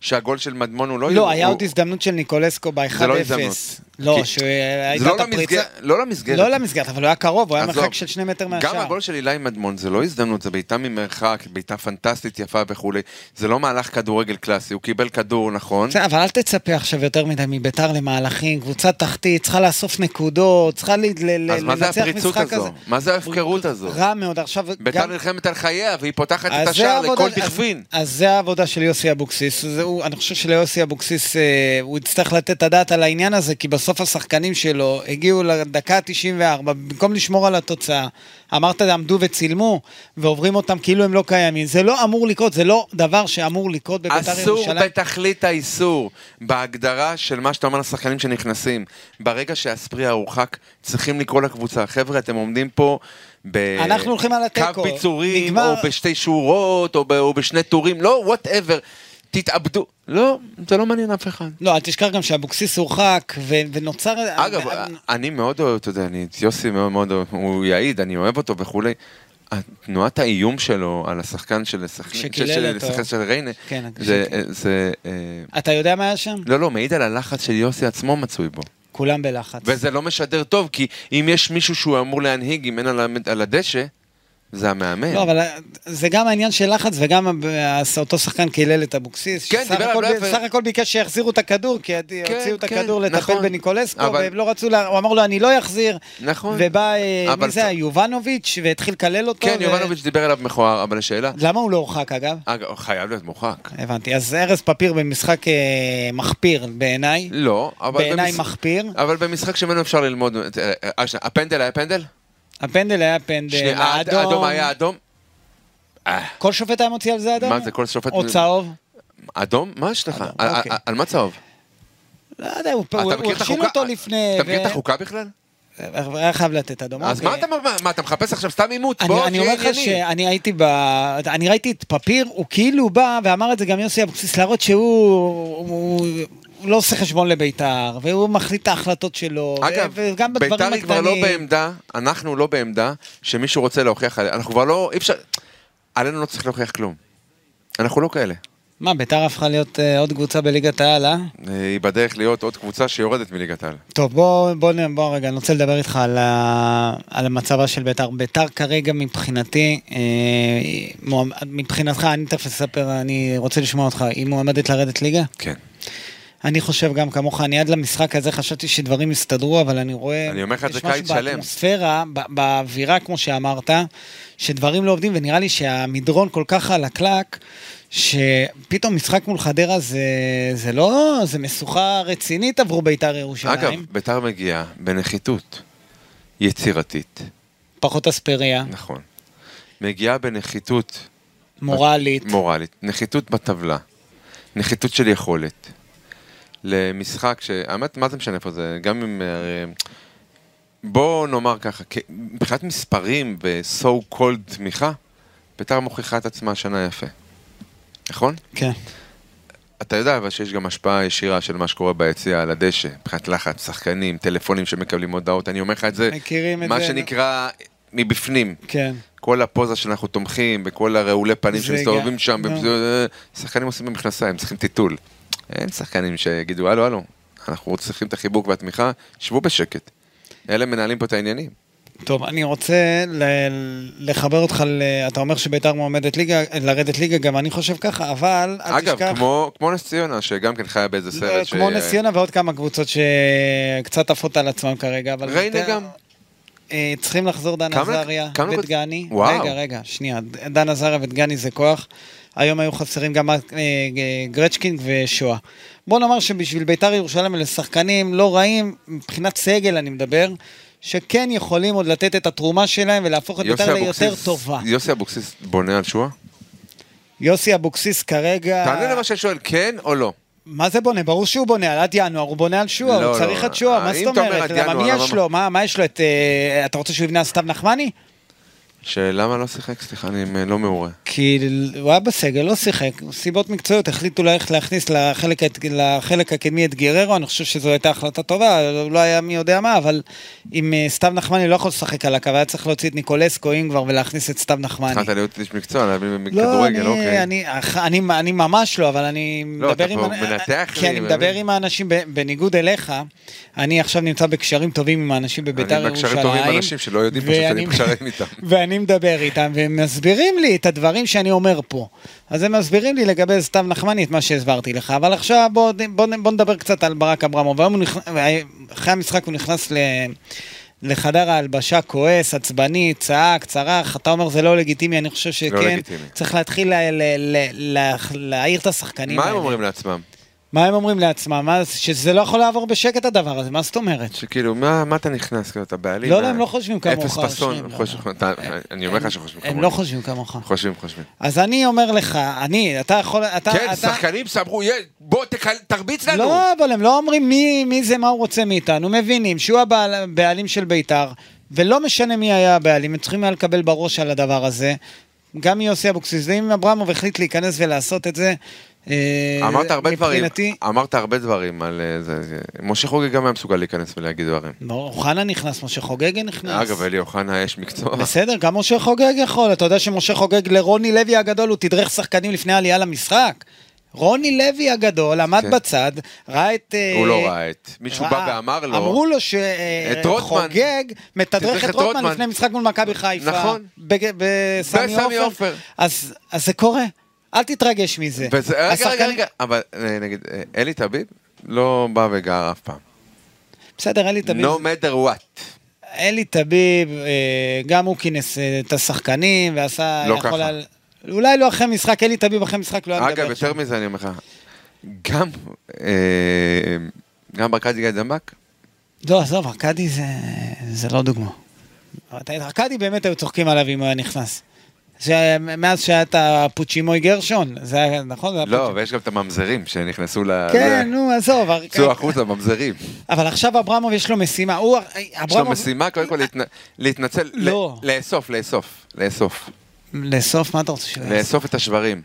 C: שהגול של מדמון הוא לא...
A: לא,
C: הוא-
A: היה
C: הוא-
A: עוד הזדמנות של ניקולסקו ב-1-0.
C: זה לא הזדמנות.
A: לא,
C: כי- זה
A: שהייתה
C: לא
A: את הפריצה.
C: למסגרת. לא למסגרת.
A: לא למסגרת, אבל הוא היה קרוב, הוא היה
C: עזוב.
A: מרחק של שני מטר מהשער.
C: גם הגול של אילי מדמון זה לא הזדמנות, זה בעיטה ממרחק, בעיטה פנטסטית יפה וכולי. זה לא מהלך כדורגל קלאסי, הוא קיבל כדור, נכון?
A: בסדר, אבל אל תצפה עכשיו יותר מדי מביתר למהלכים, קבוצה תחתית, צריכה לאסוף נקודות, צריכה ל- ל-
C: אז מה זה
A: לנצח
C: הפריצות
A: משחק
C: הזו?
A: כזה.
C: מה זה ההפקרות הזו?
A: רע מאוד, עכשיו
C: ביתר נלחמת על חייה, והיא פותחת את
A: אז זה
C: השער
A: העבודה-
C: לכל
A: אז-
C: דכפין.
A: אז זה העבודה של יוסי אבוקסיס. זה הוא- אני חושב שליוסי אבוקסיס, אה, הוא יצטרך לתת את הדעת על העניין הזה, כי בסוף השחקנים שלו הגיעו לדקה ה-94, במקום לשמור על התוצאה, אמרת, עמדו וצילמו, ועוברים אותם כאילו הם לא קיימים. זה לא אמור לקרות, זה לא דבר שאמור לקרות בביתר
C: אסור
A: ירושלים.
C: בתכלית האיסור, בהגדרה של מה שאתה אומר לשחקנים שנכנסים. ברגע שהספריה הורחק, צריכים לקרוא לקבוצה. חבר'ה, אתם עומדים פה
A: אנחנו הולכים על
C: בקו
A: התיקו.
C: ביצורים,
A: נגמר.
C: או בשתי שורות, או, ב... או בשני טורים, לא, וואטאבר. תתאבדו. לא, זה לא מעניין אף אחד.
A: לא, אל תשכח גם שאבוקסיס הורחק, ו- ונוצר...
C: אגב,
A: אה,
C: אה, אני מאוד אוהב, אתה יודע, אני את יוסי מאוד מאוד אוהב, הוא יעיד, אני אוהב אותו וכולי. תנועת האיום שלו על השחקן של סכנין,
A: שקילל
C: של-
A: אותו.
C: השחקן של ריינה,
A: כן,
C: זה,
A: שקילל.
C: זה, אה,
A: אתה יודע מה היה שם?
C: לא, לא, מעיד על הלחץ של יוסי עצמו מצוי בו.
A: כולם בלחץ.
C: וזה לא משדר טוב, כי אם יש מישהו שהוא אמור להנהיג, אם אין על, המד- על הדשא, זה המאמן.
A: לא, אבל זה גם העניין של לחץ, וגם הב- אותו שחקן קילל את אבוקסיס.
C: כן,
A: שסך
C: דיבר על
A: הכל-
C: בלאפר.
A: בסך הכל ביקש שיחזירו את הכדור, כי
C: כן,
A: הוציאו את
C: כן,
A: הכדור לטפל
C: נכון.
A: בניקולסקו,
C: אבל-
A: והם לא רצו, לה- הוא אמר לו, אני לא אחזיר.
C: נכון.
A: ובא, אה,
C: אבל-
A: מי זה, יובנוביץ', והתחיל לקלל אותו.
C: כן,
A: ו-
C: יובנוביץ' דיבר אליו מכוער, אבל השאלה...
A: למה הוא לא הורחק, אגב?
C: אגב, הוא חייב להיות מורחק.
A: הבנתי. אז ארז פפיר במשחק אה, מחפיר בעיניי.
C: לא, אבל...
A: בעיניי
C: במש-
A: מחפיר.
C: אבל במשחק שממנו אפשר ללמוד... תראה, אה, שנייה, הפנדל היה פנדל?
A: הפנדל היה פנדל,
C: שנייה, האד- האדום
A: האדום.
C: היה אדום?
A: כל שופט היה מוציא על זה אדום?
C: מה זה, כל שופט-
A: או צהוב?
C: אדום? מה יש לך?
A: אדום,
C: על-
A: אוקיי.
C: על- אה, על מה צהוב? אה,
A: לא יודע, הוא
C: אתה
A: הוא-
C: מכיר
A: הוא
C: את
A: הכשיל
C: החוקה-
A: אותו לפני...
C: אתה מכיר
A: ו-
C: את החוקה בכלל?
A: היה חייב לתת אדום.
C: אז מה
A: אוקיי.
C: אתה מה, אתה מחפש עכשיו סתם עימות?
A: אני,
C: בוא,
A: אני
C: תהיה
A: אומר לך
C: ענייני.
A: שאני הייתי ב... אני ראיתי את פפיר, הוא כאילו בא, ואמר את זה גם יוסי אבוקסיס, להראות שהוא הוא, הוא לא עושה חשבון לביתר, והוא מחליט את ההחלטות שלו,
C: אגב,
A: ו- וגם בדברים
C: ביתר היא
A: הקטנים.
C: כבר לא בעמדה, אנחנו לא בעמדה שמישהו רוצה להוכיח עליה, אנחנו כבר לא, אי אפשר, עלינו לא צריך להוכיח כלום. אנחנו לא כאלה.
A: מה, ביתר הפכה להיות אה, עוד קבוצה בליגת העל, אה?
C: אה, היא בדרך להיות עוד קבוצה שיורדת מליגת העל.
A: טוב, בוא, בוא, נ- בוא רגע, אני רוצה לדבר איתך על, ה, על המצבה של ביתר. ביתר כרגע מבחינתי, אה, היא מועמד, מבחינתך, אני תכף אספר, אני רוצה לשמוע אותך, היא מועמדת לרדת ליגה?
C: כן.
A: אני חושב גם כמוך, אני עד למשחק הזה חשבתי שדברים יסתדרו, אבל אני רואה...
C: אני אומר לך את
A: יש
C: זה
A: משהו
C: קיץ שלם.
A: באטמוספירה, ב- באווירה, כמו שאמרת, שדברים לא עובדים, ונראה לי שהמדרון כל כך חלקלק, שפתאום משחק מול חדרה זה, זה לא... זה משוכה רצינית עבור בית"ר ירושלים.
C: אגב, ביתר מגיעה בנחיתות יצירתית,
A: אה. פחות אספריה,
C: נכון. מגיעה בנחיתות
A: מורלית.
C: מורלית, נחיתות בטבלה, נחיתות של יכולת, למשחק ש... האמת, מה זה משנה איפה זה, גם אם... אה, בוא נאמר ככה, כ- מבחינת מספרים ו-so called תמיכה, ביתר מוכיחה את עצמה השנה יפה, נכון?
A: כן.
C: אתה יודע אבל שיש גם השפעה ישירה של מה שקורה ביציע על הדשא, מבחינת לחץ, שחקנים, טלפונים שמקבלים הודעות, אני אומר לך את זה,
A: מכירים את
C: מה
A: זה,
C: שנקרא מבפנים.
A: כן.
C: כל הפוזה שאנחנו תומכים, בכל הרעולי פנים
A: זה
C: שמסתובבים
A: גם-
C: שם,
A: נו.
C: בפזו- שחקנים עושים במכנסיים, צריכים טיטול. אין שחקנים שיגידו, הלו, הלו, אנחנו צריכים את החיבוק והתמיכה, שבו בשקט. אלה מנהלים פה את העניינים.
A: טוב, אני רוצה ל- לחבר אותך, ל... אתה אומר שביתר מועמדת ליגה, לרדת ליגה, גם אני חושב ככה, אבל אל
C: אגב,
A: תשכח... לא,
C: כמו, כמו נס ציונה, שגם כן חיה באיזה סרט.
A: כמו נס ציונה ועוד כמה קבוצות שקצת עפות על עצמם כרגע, אבל...
C: ריינה
A: ביתר-
C: גם.
A: אה, צריכים לחזור דן
C: כמה-
A: עזריה
C: כמה נקוד-
A: ודגני.
C: וואו.
A: רגע, רגע, שנייה. דן עזריה ודגני זה כוח. היום היו חסרים גם אה, אה, גרצ'קין ושואה. בוא נאמר שבשביל ביתר ירושלים אלה שחקנים לא רעים, מבחינת סגל אני מדבר, שכן יכולים עוד לתת את התרומה שלהם ולהפוך את
C: יוסי
A: ביתר
C: אבוקסיס-
A: ליותר טובה.
C: יוסי אבוקסיס בונה על שואה?
A: יוסי אבוקסיס כרגע...
C: תענה למה שאני שואל, כן או לא?
A: מה זה בונה? ברור שהוא בונה על עד ינואר, הוא בונה על שועה,
C: לא,
A: הוא
C: לא,
A: צריך
C: לא.
A: את שועה, מה
C: אם
A: זאת
C: אתה אומר
A: אומרת?
C: עד
A: למה, מי
C: ינואר,
A: יש
C: למה-
A: לו? מה מה יש לו? את, אה, אתה רוצה שהוא יבנה על סתיו נחמני?
C: שלמה לא שיחק? סליחה, אני אה, לא מעורה.
A: כי הוא היה בסגל, לא שיחק, סיבות מקצועיות, החליטו ללכת להכניס לחלק, ההת- לחלק הקדמי את גררו, אני חושב שזו הייתה החלטה טובה, לא היה מי יודע מה, אבל אם אה, סתיו נחמני לא יכול לשחק על הקו, היה צריך להוציא את ניקולסקו אם כבר ולהכניס את סתיו נחמני.
C: התחלת להיות איש מקצוע, להבין
A: לא,
C: מכדורגל,
A: אני,
C: אוקיי.
A: אני, אח- אני, אני ממש לא, אבל אני
C: לא,
A: מדבר
C: אתה
A: עם...
C: פה
A: אנ-
C: מנתח
A: כי
C: לי,
A: אני
C: מבין?
A: מדבר עם האנשים, ב- בניגוד אליך, אני עכשיו נמצא בקשרים טובים עם האנשים בביתר
C: אני
A: ירושלים.
C: בקשרים טובים עם אנשים שלא יודעים פשוט שאני
A: ואני-
C: בקשרים איתם.
A: ואני מדבר איתם, והם מסבירים לי את הדברים שאני אומר פה. אז הם מסבירים לי לגבי סתיו נחמני את מה שהסברתי לך, אבל עכשיו בוא, בוא, בוא נדבר קצת על ברק אברמוב. היום הוא נכנס, אחרי המשחק הוא נכנס ל... לחדר ההלבשה כועס, עצבני, צעק, צרח, אתה אומר זה לא לגיטימי, אני חושב שכן.
C: לגיטימי.
A: צריך להתחיל ל- ל- ל- לה- להעיר את השחקנים
C: מה הם
A: האלה.
C: אומרים לעצמם?
A: מה הם אומרים לעצמם? מה- שזה לא יכול לעבור בשקט הדבר הזה, מה זאת אומרת?
C: שכאילו, מה מה אתה נכנס? כאילו, אתה בעלים?
A: לא,
C: מה-
A: לא, הם לא חושבים כמוך,
C: אפס
A: שניהם,
C: פאסון.
A: לא,
C: חושבים-
A: לא.
C: אתה- אני אומר לך שחושבים
A: הם
C: כמוני.
A: לא חושבים כמוך.
C: חושבים, חושבים.
A: אז אני אומר לך, אני, אתה יכול, אתה,
C: כן,
A: אתה...
C: שחקנים סמכו, יא, בוא תקל- תרביץ לנו.
A: לא, אבל הם לא אומרים מי, מי זה, מה הוא רוצה מאיתנו, מבינים שהוא הבעל- הבעלים של בית"ר, ולא משנה מי היה הבעלים, הם צריכים היה לקבל בראש על הדבר הזה. גם יוסי אבוקסיס, ואם אברמוב החליט להיכנס ולעשות את זה, אה,
C: אמרת הרבה דברים, אה.
A: מבחינתי...
C: אמרת הרבה דברים על אה, זה, זה. משה חוגג גם היה מסוגל להיכנס ולהגיד דברים.
A: נו, אוחנה נכנס, משה חוגג נכנס.
C: אגב, אלי אוחנה יש מקצוע.
A: בסדר, גם משה חוגג יכול. אתה יודע שמשה חוגג לרוני לוי הגדול, הוא תדרך שחקנים לפני העלייה למשחק. רוני לוי הגדול עמד
C: כן.
A: בצד, ראה את... אה,
C: הוא לא ראה את, מישהו בא
A: ראה.
C: ואמר לו,
A: אמרו לו
C: את רוטמן.
A: שחוגג מתדרך את רוטמן לפני משחק מול מכבי חיפה.
C: נכון.
A: בג- בסמי
C: בסמי
A: עופר.
C: עופר.
A: אז אז זה קורה. אל תתרגש מזה.
C: וזה- רגע, רגע,
A: השחקנים-
C: רגע, אבל אה, נגיד, אה, אלי טביב לא בא וגר אף פעם.
A: בסדר, אלי תמיד.
C: No matter what.
A: אלי טביב, אה, גם הוא כינס אה, את השחקנים ועשה...
C: לא
A: היה יכול
C: ככה.
A: על- אולי לא אחרי משחק, אלי טביב אחרי משחק לא היה מדבר.
C: אגב, יותר
A: שם.
C: מזה אני אומר לך, גם, אה, גם ברקת גיא זמבק,
A: לא, עזוב, ארכדי זה, זה לא דוגמה. אבל את ארכדי באמת היו צוחקים עליו אם הוא היה נכנס. זה מאז שהיה את הפוצ'ימוי גרשון, זה היה, נכון? זה היה
C: לא,
A: פוצ'ימוי.
C: ויש גם את הממזרים שנכנסו ל...
A: כן,
C: ל-
A: נו, כן. עזוב,
C: צאו
A: ארכדי.
C: החוצה, ממזרים.
A: אבל עכשיו אברמוב יש לו משימה, הוא... אה, אברמוב...
C: יש לו משימה קודם כל להתנ- להתנצל, ל-
A: לא.
C: לאסוף, לאסוף, לאסוף.
A: לאסוף, מה אתה רוצה שהוא יעשה?
C: לאסוף את השברים.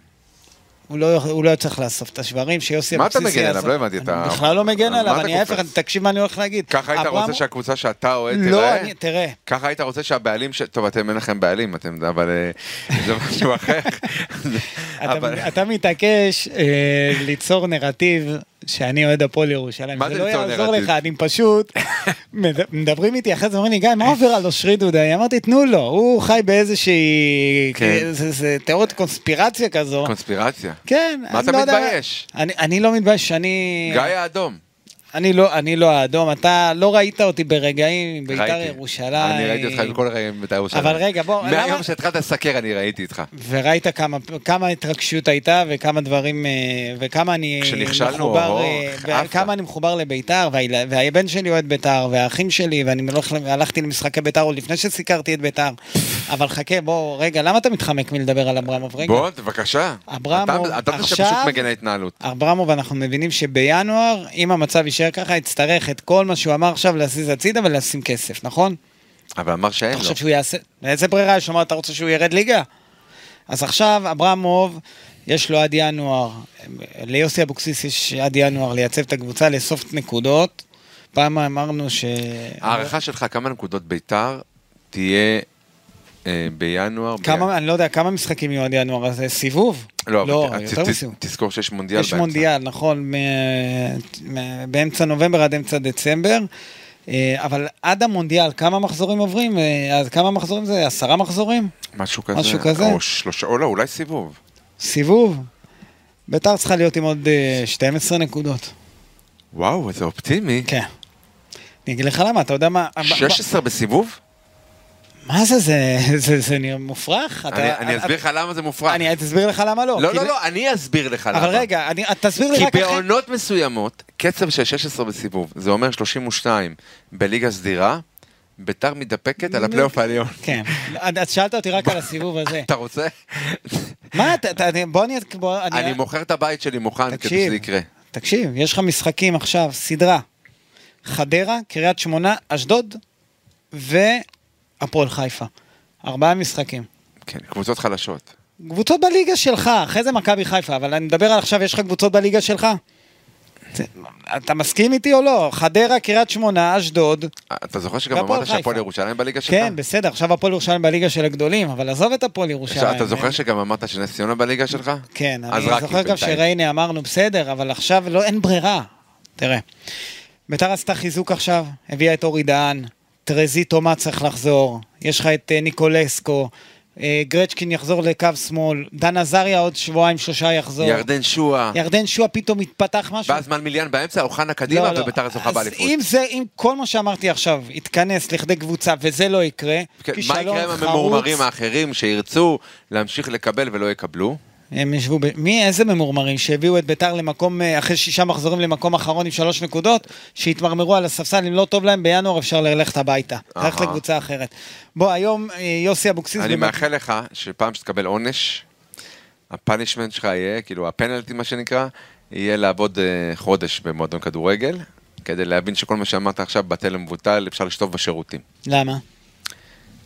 A: הוא לא, הוא לא צריך לאסוף את השברים, שיוסי
C: מה אתה
A: אבוקסיס
C: מגן עליו?
A: יעזוב.
C: לא הבנתי את
A: אני
C: ה-
A: בכלל לא מגן
C: מה
A: עליו,
C: אתה
A: אני
C: קופץ?
A: ההפך, תקשיב מה אני הולך להגיד.
C: ככה היית
A: אברהם-
C: רוצה שהקבוצה שאתה אוהד
A: לא,
C: תיראה?
A: אני, תראה,
C: ככה היית רוצה שהבעלים ש... טוב, אתם אין לכם בעלים, אתם, אבל אה, זה משהו אחר.
A: אתה-
C: אבל-
A: אתה מתעקש אה, ליצור נרטיב שאני אוהד הפועל ירושלים.
C: מה זה ליצור
A: זה לא יעזור
C: נרטיב?
A: לך, אני פשוט... מד- מדברים איתי אחרי זה, אומרים לי, גיא, מה עובר על אושרי דודאי? אמרתי, תנו לו, הוא חי באיזושהי... אה,
C: כן.
A: זה- זה תיאוריית קונספירציה כזו.
C: קונספירציה.
A: כן,
C: מה
A: אני
C: אתה
A: לא יודע-
C: מתבייש?
A: אני, אני לא מתבייש, אני...
C: גיא האדום.
A: אני לא, אני לא האדום, אתה לא ראית אותי ברגעים עם בית"ר
C: ראיתי.
A: ירושלים.
C: אני ראיתי אותך בכל רגע עם בית"ר ירושלים.
A: אבל רגע, בוא, למה-
C: מהיום שהתחלת לסקר אני ראיתי איתך.
A: וראית כמה, כמה התרגשות הייתה וכמה דברים, אה, וכמה אני
C: כשנכשלנו,
A: מחובר,
C: או,
A: אה,
C: עפה.
A: וכמה אני מחובר לביתר, והיל- והבן שלי אוהד ביתר, והאחים שלי, ואני הולך- הלכתי למשחקי ביתר עוד לפני שסיקרתי את ביתר. אבל חכה, בוא, רגע, למה אתה מתחמק מלדבר על אברמוב? רגע.
C: בוא, בבקשה.
A: אברמוב,
C: אתה- אתה זה
A: עכשיו-
C: שפשוט מגן ההתנהלות.
A: אברמוב, אנחנו מבינים שבינואר, אם המצב יישאר ככה, יצטרך את כל מה שהוא אמר עכשיו להזיז הצידה ולשים כסף, נכון?
C: אבל אמר שאין
A: אתה
C: לו.
A: חושב שהוא יעשה... איזה ברירה יש לו? מה, אתה רוצה שהוא ירד ליגה? אז עכשיו, אברמוב, יש לו עד ינואר, ליוסי אבוקסיס יש עד ינואר לייצב את הקבוצה, לאסוף נקודות. פעם אמרנו ש...
C: ההערכה שלך, כמה נקודות בית"ר תהיה אה, בינואר? ב-
A: כמה, אני לא יודע, כמה משחקים יהיו עד ינואר? אז זה סיבוב?
C: לא,
A: לא
C: אבל ת-
A: יותר
C: ת-
A: מסיבוב.
C: תזכור שיש מונדיאל
A: יש מונדיאל, נכון, מ- מ- באמצע נובמבר עד אמצע דצמבר. אה, אבל עד המונדיאל, כמה מחזורים עוברים? אה, אז כמה מחזורים זה? עשרה מחזורים?
C: משהו כזה.
A: משהו כזה?
C: או שלושה, או לא, אולי סיבוב.
A: סיבוב? ביתר צריכה להיות עם עוד אה, 12 נקודות.
C: וואו, איזה אופטימי.
A: כן. אני אגיד לך למה, אתה יודע מה...
C: 16 בסיבוב?
A: מה זה, זה, זה, זה נראה מופרך? אתה-
C: אני-
A: אתה-
C: אני אסביר לך למה זה מופרך.
A: אני אסביר לך למה לא.
C: לא,
A: כי
C: לא,
A: זה-
C: לא, אני אסביר לך למה.
A: אבל רגע, אני, תסביר לי
C: כי
A: רק אחרי...
C: בעונות מסוימות, קצב של 16 בסיבוב, זה אומר 32 בליגה סדירה, ביתר מתדפקת על הפלייאוף העליון.
A: כן, אז אז שאלת אותי רק על הסיבוב הזה.
C: אתה רוצה?
A: מה, אתה- אתה- אני- בוא אני... בוא,
C: אני מוכר את הבית שלי מוכן כדי
A: תקשיב.
C: שזה יקרה.
A: תקשיב, יש לך משחקים עכשיו, סדרה. חדרה, קריית שמונה, אשדוד והפועל חיפה. ארבעה משחקים.
C: כן, קבוצות חלשות.
A: קבוצות בליגה שלך, אחרי זה מכבי חיפה, אבל אני מדבר על עכשיו, יש לך קבוצות בליגה שלך? זה- אתה מסכים איתי או לא? חדרה, קריית שמונה, אשדוד.
C: אתה זוכר שגם
A: והפועל
C: אמרת
A: חיפה.
C: שהפועל ירושלים בליגה שלך?
A: כן, בסדר, עכשיו הפועל ירושלים בליגה של הגדולים, אבל עזוב את הפועל ירושלים.
C: אתה זוכר שגם אמרת שנס ציונה בליגה שלך?
A: כן,
C: אז
A: אני
C: רק
A: זוכר גם
C: בינתיים.
A: שריינה אמרנו בסדר, אבל עכשיו לא, אין ברירה. תראה, ביתר עשתה חיזוק עכשיו, הביאה את אורי דהן, טרזי תומה צריך לחזור, יש לך את אה, ניקולסקו, אה, גרצ'קין יחזור לקו שמאל, דן עזריה עוד שבועיים שלושה יחזור,
C: ירדן שואה,
A: ירדן שועה פתאום התפתח משהו.
C: אה.
A: לא,
C: ואז מלמיליאן באמצע, אוחנה קדימה, וביתר זוכה באליפות.
A: אז אם זה, אם כל מה שאמרתי עכשיו יתכנס לכדי קבוצה וזה לא יקרה,
C: כן, מה
A: כישלון
C: יקרה עם
A: חרוץ,
C: הממורמרים האחרים שירצו להמשיך לקבל ולא יקבלו?
A: הם ישבו, ב... מי, איזה ממורמרים שהביאו את ביתר למקום, אה, אחרי שישה מחזורים למקום אחרון עם שלוש נקודות, שהתמרמרו על הספסל, אם לא טוב להם, בינואר אפשר ללכת הביתה.
C: אהה.
A: ללכת לקבוצה אחרת. בוא, היום אה, יוסי אבוקסיס...
C: אני
A: במק-
C: מאחל לך שפעם שתקבל עונש, הפאנישמנט שלך יהיה, כאילו הפנלטי מה שנקרא, יהיה לעבוד אה, חודש במועדון כדורגל, כדי להבין שכל מה שאמרת עכשיו בטל ומבוטל, אפשר לשטוף בשירותים.
A: למה?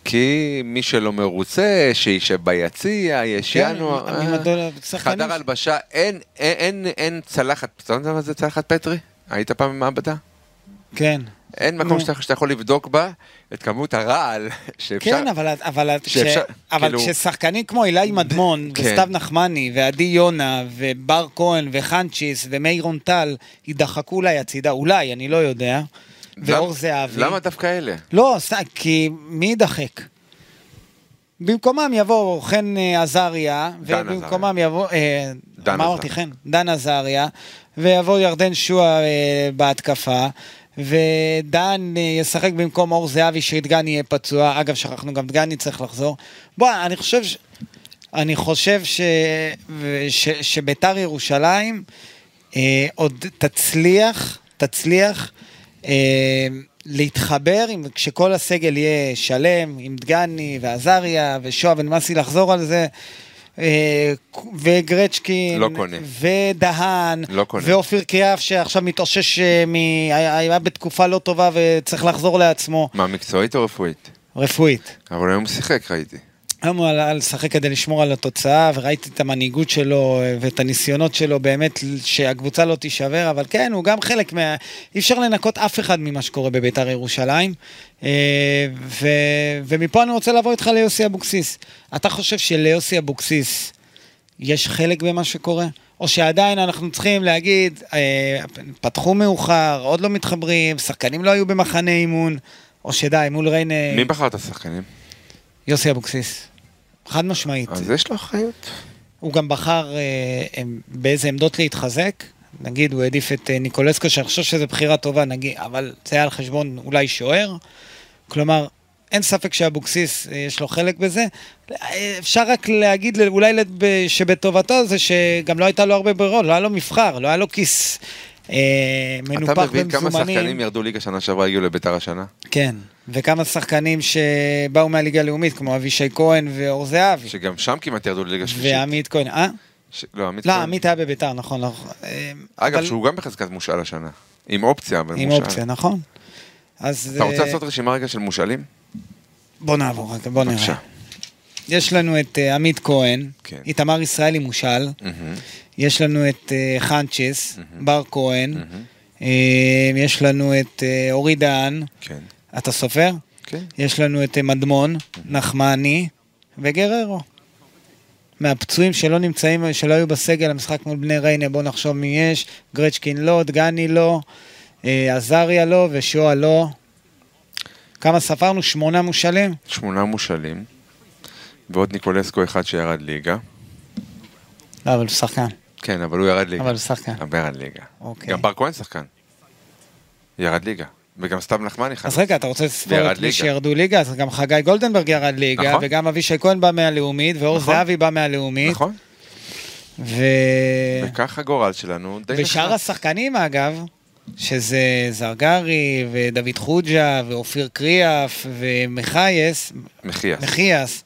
C: כי מי שלא מרוצה, שישב ביציע, יש
A: כן,
C: ינואר,
A: עם- עם
C: אה,
A: הדולר, שחקנים ש-
C: חדר הלבשה, אין, אין, אין, אין צלחת, אתה יודע מה זה צלחת פטרי? היית פעם במעבדה?
A: כן.
C: אין
A: נו.
C: מקום שאתה, שאתה יכול לבדוק בה את כמות הרעל שאפשר...
A: כן, אבל, אבל,
C: שאפשר-
A: כש, אבל
C: כאילו-
A: כששחקנים כמו אילי מדמון,
C: כן.
A: וסתיו נחמני, ועדי יונה, ובר כהן, וחנצ'יס, ומאירון טל, יידחקו אולי הצידה, אולי, אני לא יודע, ואור
C: למ-
A: זהבי.
C: למה דווקא אלה?
A: לא, ס- כי מי יידחק? במקומם יבוא חן אה, עזריה,
C: דן
A: ובמקומם יבוא, אה,
C: דן
A: מה אמרתי
C: עזריה.
A: חן? דן עזריה, ויבוא ירדן שועה אה, בהתקפה, ודן אה, ישחק במקום אור זהבי שדגני יהיה פצוע, אגב שכחנו גם דגני צריך לחזור. בוא, אני חושב, ש... אני חושב ש... ו- ש... שביתר ירושלים אה, עוד תצליח, תצליח אה, להתחבר, עם... כשכל הסגל יהיה שלם, עם דגני ועזריה ושועה ונמאסי לחזור על זה. אה, וגרצ'קין,
C: לא קונה.
A: ודהן,
C: לא קונה.
A: ואופיר קריאף שעכשיו מתאושש, אה, מ... היה היה בתקופה לא טובה וצריך לחזור לעצמו,
C: מה, מקצועית או רפואית?
A: רפואית.
C: אבל היום הוא שיחק, ראיתי.
A: היום הוא עלה לשחק כדי לשמור על התוצאה, וראיתי את המנהיגות שלו אה, ואת הניסיונות שלו באמת שהקבוצה לא תישבר, אבל כן, הוא גם חלק מה... אי אפשר לנקות אף אחד ממה שקורה בביתר ירושלים. אה, ו... ומפה אני רוצה לבוא איתך ליוסי אבוקסיס. אתה חושב שליוסי אבוקסיס יש חלק במה שקורה? או שעדיין אנחנו צריכים להגיד, אה, פתחו מאוחר, עוד לא מתחברים, שחקנים לא היו במחנה אימון, או שדי, מול ריינה...
C: מי בחר את השחקנים?
A: יוסי אבוקסיס. חד משמעית.
C: אז יש לו אחריות.
A: הוא גם בחר אה, הם- באיזה עמדות להתחזק. נגיד, הוא העדיף את אה, ניקולסקו, שאני חושב שזו בחירה טובה, נגיד, אבל זה היה על חשבון אולי שוער. כלומר, אין ספק שאבוקסיס, אה, יש לו חלק בזה. אה, אפשר רק להגיד, ל- אולי לת- ב- שבטובתו זה שגם לא הייתה לו הרבה ברירות, לא היה לו מבחר, לא היה לו כיס אה, מנופח
C: אתה
A: במזומנים.
C: מבין כמה שחקנים ירדו ליגה שנה שעברה, הגיעו לביתר השנה?
A: כן, וכמה שחקנים שבאו מהליגה הלאומית, כמו אבישי כהן ואור זהבי.
C: שגם שם כמעט ירדו לליגה שלישית.
A: ועמית כהן, אה?
C: ש- לא, עמית
A: לא,
C: כהן.
A: עמית היה בביתר, נכון, נכון. אה,
C: אגב,
A: אבל-
C: שהוא גם בחזקת מושאל השנה. עם אופציה, אבל
A: עם
C: מושאל.
A: אופציה, נכון. אז
C: אתה
A: אה,
C: רוצה לעשות רשימה רגע של מושאלים?
A: בוא נעבור רגע, בוא
C: בבקשה.
A: נראה. יש לנו את אה, עמית כהן,
C: כן.
A: איתמר ישראלי מושל,
C: מהמם.
A: יש לנו את אה, חנצ'ס, בר כהן, אה, יש לנו את אה, אורי דהן,
C: כן.
A: אתה סופר?
C: כן.
A: יש לנו את אה, מדמון, נחמני וגררו. מהפצועים שלא נמצאים, שלא היו בסגל המשחק מול בני ריינה, בואו נחשוב מי יש. גרצ'קין לא, דגני לא, אה, עזריה לא ושועה לא. כמה ספרנו? שמונה מושאלים?
C: שמונה מושאלים, ועוד ניקולסקו אחד שירד ליגה.
A: לא, אבל הוא שחקן.
C: כן, אבל הוא ירד ליגה.
A: אבל הוא שחקן.
C: אבל ירד ליגה.
A: אוקיי.
C: גם בר כהן שחקן. ירד ליגה. וגם סתיו נחמני חד.
A: אז רגע, אתה רוצה לספור
C: וירד
A: את מי
C: ליגה.
A: שירדו ליגה? אז גם חגי גולדנברג ירד ליגה,
C: נכון.
A: וגם אבישי כהן בא מהלאומית, ואור
C: נכון.
A: זהבי בא מהלאומית.
C: נכון?
A: ו...
C: וכך הגורל שלנו די
A: אה, ושאר השחקנים, אגב, שזה זרגרי, ודוד חוג'ה, ואופיר קריאף, ומחייס,
C: מחייס.
A: מחיאס,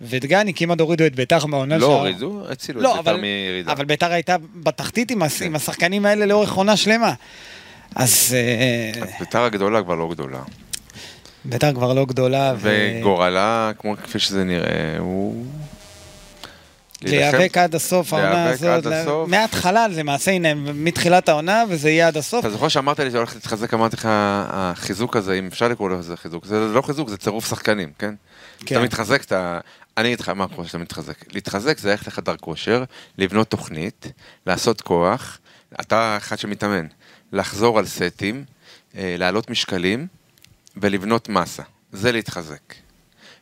A: ודגני, כמעט הורידו את ביתר מהעונה
C: לא
A: שלה.
C: הורידו, הצילו את
A: לא,
C: בית"ר
A: אבל,
C: מירידה.
A: אבל ביתר הייתה בתחתית עם, הס...
C: כן.
A: עם השחקנים האלה לאורך עונה שלמה. אז אה,
C: אז בית"ר הגדולה כבר לא גדולה.
A: ביתר כבר לא גדולה.
C: וגורלה, כמו כפי שזה נראה, הוא...
A: להיאבק עד הסוף העונה
C: להיאבק
A: הזאת.
C: עד
A: לה-
C: הסוף.
A: מההתחלה, למעשה, הנה, מתחילת העונה, וזה יהיה עד הסוף.
C: אתה זוכר שאמרת לי שהולך להתחזק, אמרתי לך, החיזוק הזה, אם אפשר לקרוא לזה חיזוק, זה לא חיזוק, זה צירוף שחקנים, כן?
A: כן.
C: אתה מתחזק, אתה... אני אגיד לך מה הקושי שאתה מתחזק. להתחזק זה ללכת לחדר כושר, לבנות תוכנית, לעשות כוח, אתה אחד שמתאמן, לחזור על סטים, אה, להעלות משקלים ולבנות מסה. זה להתחזק.